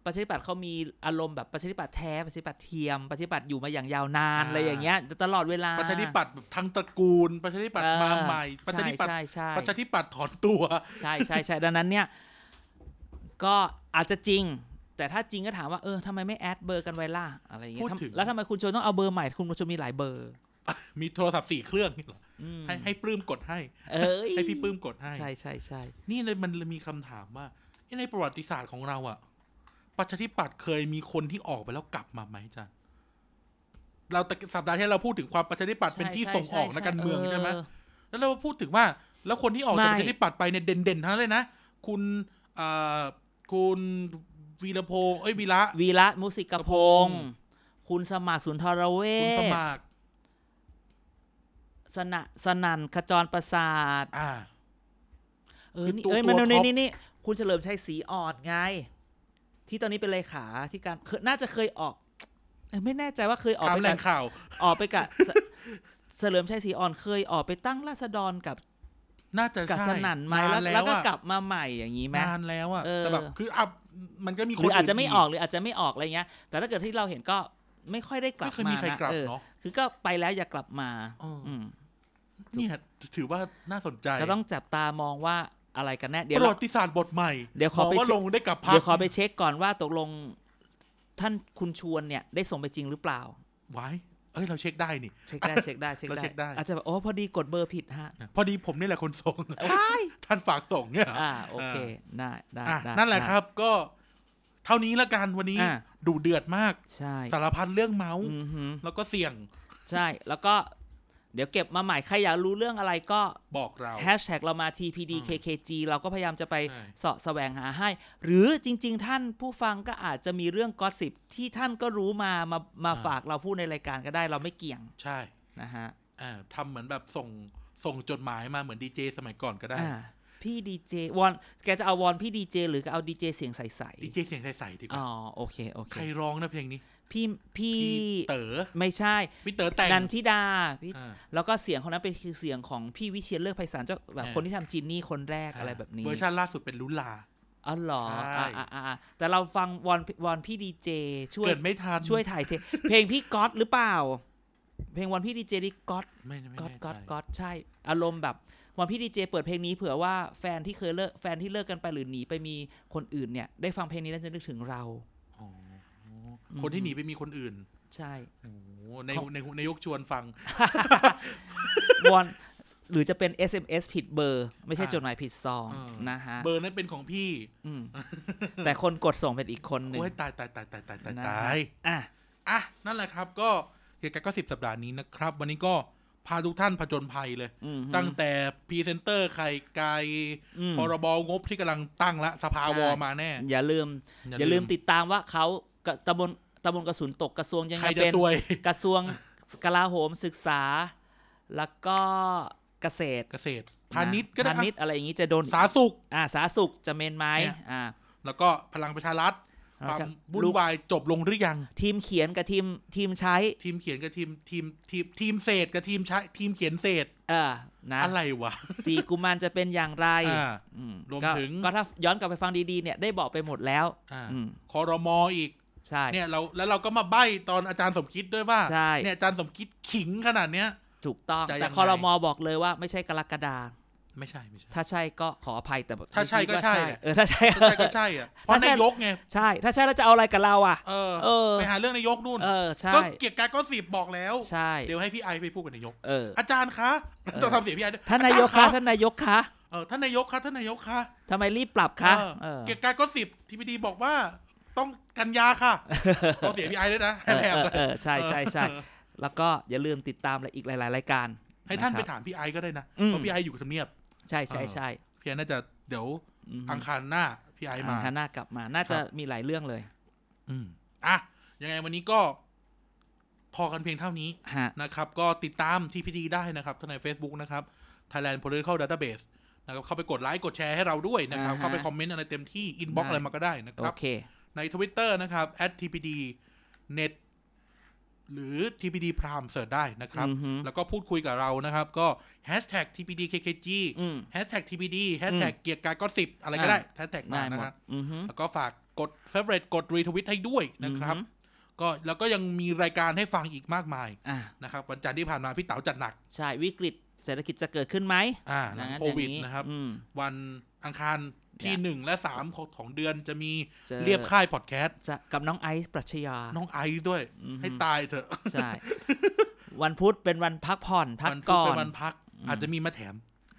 ประชาธิปัตย์เขามีอารมณ์แบบประชาธิปัตย์แท้ประชาธิปัตย์เทียมประชาธิปัตย์อยู่มาอย่างยาวนาน อ่า อะไรอย่างเงี้ยตลอดเวลา ประชาธิปัตย์แบบทั้งตระกูล ประชาธิปัตย์มาใหม่ ประชาธิปัตย์ ใช่ใช่ ประชาธิปัตย์ถอนตัว ใช่ใช่ใช่ดังนั้นเนี่ย ก็อาจจะจริง แต่ถ้าจริงก็ถามว่าเออทำไมไม่แอดเบอร์กันไว้ล่ะอะไรอย่างเงี้ย พูดถึง ทำแล้วทำไมคุณชวนต้องเอาเบอร์ใหม่คุณชวนมีหลายเบอร์ มีโทรศัพท์สี่เครื่องนี่เหรอ อืม ให้ให้ปลื้มกดให้ เอ้ย ให้พี่ปลื้มกดให้ ใช่ใช่ใช่ นี่เลยมันเลยมีคำถามว่าเอ๊ะในประวัติศาสตร์ของเราอะประชาธิปัตย์เคยมีคนที่ออกไปแล้วกลับมาไหมอาจารย์เราแต่สัปดาห์ที่แล้วเราพูดถึงความประชาธิปัตย์เป็นที่ส่งออกนักการเมืองใช่ไหมแล้วเราพูดถึงว่า แล้วคนที่ออกจาก ไม่ ประชาธิปัตย์ไปเนี่ยเด่นๆทั้งนั้นเลยนะ คุณอ่าคุณวีรพงษ์เอ้ยวีระ วีระมุสิกพงศ์ อืม คุณสมัครสุนทรเว คุณ ช สมัคร สนะสนันขจรประสาท อ่า เออ คือ นี่ ตัว เอ้ย ตัว มันนี่ top นี่นี่คุณเฉลิมชัยศรีออดไง ที่ตอนนี้เป็นเลขาที่การเคยน่าจะเคยออกเอ้ยไม่แน่ใจว่าเคยออก ตาม ไป แหล่ กับ งข่าว ออกไปกับ เสเฉลิมชัยศรีอ่อนเคยออกไปตั้งราษฎรกับ น่าจะ กับ ใช่ สนันไหม นา แล้ว น แล้วก็ อะ กลับมาใหม่อย่างนี้ไหม นานแล้วอะ เออ แต่แบบคืออ่ะมันก็มีค ห น รืออาจจะไม่ น ออกหรืออาจจะไม่ออกอะไรเงี้ย แต่ถ้าเกิดที่เราเห็นก็ไม่ค่อยได้กลับ ไม่เคย มา มีใครกลับ เออ เนาะ คือก็ไปแล้วอย่ากลับมา เอออื ม เนี่ยถือว่าน่าสนใจ ก็ต้องจับตามองว่าอะไรกันแน่ เดี๋ย ป ว ระ เรา วัติศาสตร์บทใหม่ เดี๋ยวขอไป หมว่า เช็ค ลงได้กลับพั เดี๋ยวขอไปเช็คก่อนว่าตกลงท่านคุณชวนเนี่ย ได้ส่งไปจริงหรือเปล่า ไว้ เอ้ย เราเช็คได้นี่ เช็คได้ เช็คได้ เช็ค เราเช็คได้ ได้ อาจจะแบบโอ้พอดีกดเบอร์ผิดฮะ พอดีผมนี่แหละคนส่ง ว้าย ท่านฝากส่งเนี่ย อ่าโอเค ได้ได้ อ่ะ ได้ นั่นแหละครับก็เท่านี้ละกันวันนี้ อ่ะ ดูเดือดมาก ใช่ สารพันเรื่องเมาส์ อือหือ แล้วก็เสี่ยง ใช่ แล้วก็ เดี๋ยวเก็บมาใหม่ ใครอยากรู้เรื่องอะไรก็ บอกเรา แฮชแท็กเรามา TPDKKG เราก็พยายามจะไป ใช่ เสาะแสวงหาให้ หรือจริง ๆ ท่านผู้ฟังก็อาจจะมีเรื่องก็สิบที่ท่านก็รู้มามามาฝากเราพูดในรายการก็ได้เราไม่เกี่ยง ใช่ นะฮะ อ่าทำเหมือนแบบส่งส่งจดหมายมาเหมือนดีเจสมัยก่อนก็ได้ อ่าพี่ดีเจวอนแกจะเอาวอนพี่ดีเจหรือเอาดีเจเสียงใส ดีเจเสียงใสๆดีก ๆอ๋ว่าอโอเคโอเค ใครร้องนะเพลงนี้ พี่พี่ พี่เต๋อ ไม่ใช่ พี่เต๋อแต่ง นันทิดาพี่ อ่า แล้วก็เสียงของนั้นเป็นคือเสียงของพี่วิเชียนเลิกไพศาลเจ้าแบบ อ่า คนที่ทำจินนี่คนแรกอะไรแบบนี้ เวอร์ชันล่าสุดเป็นลุลา อ๋อเหรอ ใช่ อ่าอ่าอ่าแต่เราฟังวอนวอนพี่ดีเจช่วย เกิดไม่ทัน ช่วยถ่ายเท เพลงพี่ก๊อตหรือเปล่า เพลงวอนพี่ดีเจนี่ก๊อต ไม่ไม่ ก๊อต แน่ ก๊อต ใจ ก๊อตใช่ อารมณ์แบบวอนพี่ดีเจเปิดเพลงนี้เผื่อว่าแฟนที่เคยเลิกแฟนที่เลิกกันไปหรือหนีไปมีคนอื่นเนี่ย ได้ฟังเพลงนี้แล้วจะนึกถึงเรา อ๋อคนที่หนีไปมีคนอื่น ใช่ โอ้โหใน ของ ในในยกชวนฟัง วอนหรือจะเป็น SMS ผิดเบอร์ ไม่ใช่ อ่ะ จดหมายผิดซอง เออ นะฮะ เบอร์นั้นเป็นของพี่ อืมแต่คนกดส่งเป็นอีกคนหนึ่ง โอ้ยตายตายตายตายตายตาย นะ ตาย อ่ะ อ่ะนั่นแหละครับ ก็เหตุการณ์ก็สิบสัปดาห์นี้นะครับ วันนี้ก็พาทุกท่านผจญภัยเลย อืม ตั้งแต่พรีเซนเตอร์ไข่ไก่ อืม พรบงบที่กำลังตั้งละสภา ใช่ วอมาแน่ อย่าลืม อย่าลืมติดตามว่าเขากระตำบลตำบลกระสุนตกกระทรวงยัง ใคร ไง จะ เป็น ซวย กระทรวงกลาโหมศึกษา แล้วก็เกษตร เกษตรพาณิชย์ก็ได้ พาณิชย์อะไรอย่างนี้จะโดน สาธารณสุข อ่าสาธารณสุขจะเมนไหม เนี่ย อ่า แล้วก็พลังประชารัฐความวุ่นวายจบลงหรือยัง ทีมเขียนกับทีมทีมใช้ ทีมเขียนกับทีมทีมทีมทีมเศษกับทีมใช้ทีมเขียนเศษ เออนะ อะไรวะ สีกุมารจะเป็นอย่างไร อ่า อืม รวม ก็ ถึง ก็ถ้าย้อนกลับไปฟังดีๆเนี่ยได้บอกไปหมดแล้ว อ่า อืม คอรมออีก ใช่ เนี่ยเราแล้วเราก็มาใบ้ตอนอาจารย์สมคิดด้วยว่า ใช่ เนี่ยอาจารย์สมคิดขิงขนาดเนี้ย ถูกต้อง จะยังไง แต่คอรมอบอกเลยว่าไม่ใช่กรกฎาคม ไม่ใช่ไม่ใช่ ถ้าใช่ก็ขออภัยแต่ ถ้าใช่ก็ใช่แหละ เออถ้าใช่ ถ้าใช่ก็ใช่อ่ะเพราะ ถ้าใช่ นายกไง ใช่ ถ้าใช่แล้วจะเอาอะไรกับเราอ่ะ เออ เออ ไปหาเรื่องนายกนู่น เออ ใช่ ก็เกียรติกายก็สิบบอกแล้ว ใช่ เดี๋ยวให้พี่ไอไปพูดกับนายก เออ อาจารย์คะ เออ ต้องทำเสียงพี่ไอด้วย ท่านนายก อ คะ จร ท่านนายกคะ เออท่านนายกคะท่านนายกคะ ทำไมรีบปรับคะ เออ เออ เกียรติกายก็สิบทีพีดีบอกว่า ต้องกันยาค่ะต้องเสียงพี่ไอด้วยนะ เออ แหบ เออๆนะ เออใช่ใช่ใช่ เออ แล้วก็อย่าลืมติดตามอีกหลาย ๆ รายการ ให้ท่าน นะค ไป รับ ถามพี่ไอซ์ก็ได้นะ อืม เพราะพี่ไอซ์อยู่ทำเนียบ ใช่ใช่ เออ ใช่ พี่ไอซ์น่าจะเดี๋ยว อืม อังคารหน้าพี่ไอซ์ อั มา งคารหน้ากลับมา น่าจะ ครับ มีหลายเรื่องเลย อืมอ่ะยังไงวันนี้ก็พอกันเพียงเท่านี้ ฮะ นะครับ ก็ติดตาม TPD ได้นะครับทั้งใน Facebook นะครับ Thailand Political Database นะครับเข้าไปกดไลค์กดแชร์ให้เราด้วยนะครับ อ่าฮะ เข้าไปคอมเมนต์อะไรเต็มที่ inbox ได้ อะไรมาก็ได้นะค โอ รับ เค ใน Twitter นะครับ @tpd net หรือ TPD พรามเสิร์ชได้นะครับ อือฮึ แล้วก็พูดคุยกับเรานะครับ ก็ hashtag #TPDKKG อืม hashtag #TPD hashtag เกียร์กายก็สิบอะไรก็ได้ อ่า แฮชแท็ก ได้หมานะ ม ค ด รับ อือฮึ แล้วก็ฝากกด favorite กด retweet ให้ด้วยนะครับ อือฮึ ก็แล้วก็ยังมีรายการให้ฟังอีกมากมาย อ่า นะครับวันจันทร์ที่ผ่านมาพี่เต๋าจัดหนัก ใช่วิกฤตเศรษฐกิจจะเกิดขึ้นไหม อ่าหลัง นะ โควิด เดือ นะครับ อืม วันอังคารที่ เนี่ย หนึ่งและสามของของเดือนจะมี เจอ เรียบค่ายพอดแคสต์ จะกับน้องไอซ์ปรัชญา น้องไอซ์ด้วย อือฮึ ให้ตายเถอะ ใช่ วันพุธเป็นวันพักผ่อนพัก วัพุธ ก่อ เป็น นวันพัก อาจจะมีมาแถม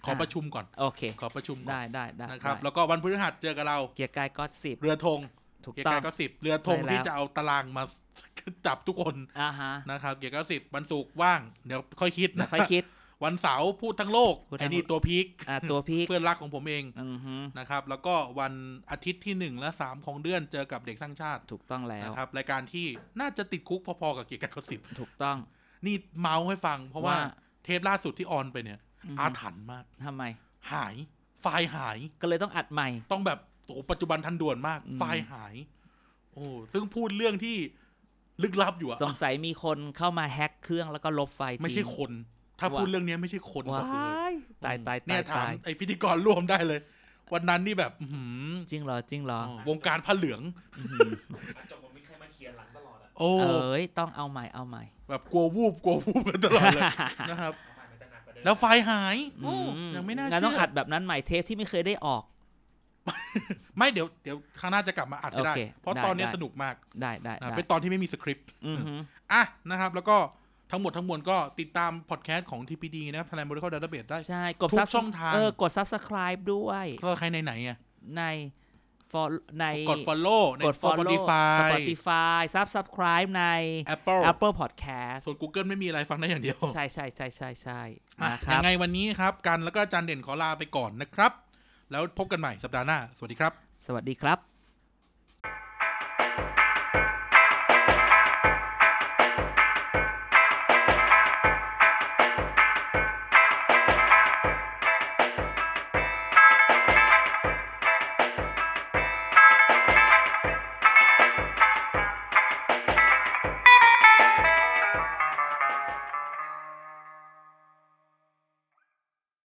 ขอ ค่ะ ประชุมก่อน โอเค ขอประชุมก่อ ได้ น ได้ได้ นะครับ ได้ แล้วก็วันพฤหัสเจอกับเรา เกียร์กายก็สิบ เรือธง ถูก เกียต้อกร์าง ยก็สิบเรือธง ใช่แล้ว ที่จะเอาตารางมา จับทุกคน อ่าฮะ นะครับเกียร์กายสิบวันศุกร์ว่างเดี๋ยวค่อยคิด เดี๋ย นะ วค่อยคิด วันเสาร์พูดทั้งโลก พูดทั้ง ไอ้นี่ตัวพีค อ่าตัวพีค เพื่อนรักของผมเอง อือฮึ นะครับ แล้วก็วันอาทิตย์ที่หนึ่งและสามของเดือนเจอกับเด็กสร้างชาติ ถูกต้องแล้ว นะครับรายการที่น่าจะติดคุกพอๆกับเกียรติกายกสิบ ถูกต้อง นี่เมาส์ให้ฟัง เพราะว่า ว่า เทปล่าสุดที่ออนไปเนี่ย อือ อา ฮึ ถรรพ์มาก ทำไม หาย ไฟล์หาย ก็เลยต้องอัดใหม่ ต้องแบบโอ้ปัจจุบันทันด่วนมาก อืม ไฟล์หาย โอ้ซึ่งพูดเรื่องที่ลึกลับอยู่อะ สงสัยมีคนเข้ามาแฮ็กเครื่องแล้วก็ลบไฟล์ ไม่ใช่ ทิ้ง คน ถ้า ว่า พูดเรื่องเนี้ยไม่ใช่คน ว้ บอกเลย ายตายตายตาเนี่ย ย ถาม ตาย ไอพิธีกรรวมได้เลย วันนั้นนี่แบบ อื้อหือ จริงเหรอจริงเหรอ อ๋อวงการผ้าเหลือง จบมันมีใครมาเขียนหลังตลอดอ่ะ โอ้ เอ้ยต้องเอาใหม่เอาใหม่ แบบกลัววูบกลัววูบกันตลอดเลยนะครับ เอาใหม่มันจะหนักกว่าเดิม แล้วไฟล์หายโอ้ อื ยังไม่น่า งั้ เชื่ นต้อง อ อัดแบบนั้นใหม่เทปที่ไม่เคยได้ออก ไม่เดี๋ยวเดี๋ยวข้างหน้าจะกลับมาอัดให้ได้ โอเค เพราะ ได้ ตอนเนี้ย ได้ สนุกมาก ได้ได้ นะ ได้ เป็นตอนที่ไม่มีสคริปต์ อือฮึ อ่ะนะครับ แล้วก็ทั้งหมดทั้งมวลก็ติดตามพอดแคสต์ของ TPD นะครับ Thailand Medical Database ได้ ใช่กด ทุก Subs- ช่องทาง เออกด subscribe ด้วย ก็ใครในไหนๆอ่ะ ใน for ใน กด follow ใน กด follow Spotify Spotify sub subscribe ใน Apple Apple Podcast ส่วน Google ไม่มีอะไรฟังได้อย่างเดียว ใช่ใช่ใช่ใช่ใช่ อ่ะ นะครั ยั บ งไงวันนี้ครับ กันแล้วก็อาจารย์เด่นขอลาไปก่อนนะครับ แล้วพบกันใหม่สัปดาห์หน้า สวัสดีครับ สวัสดีครับ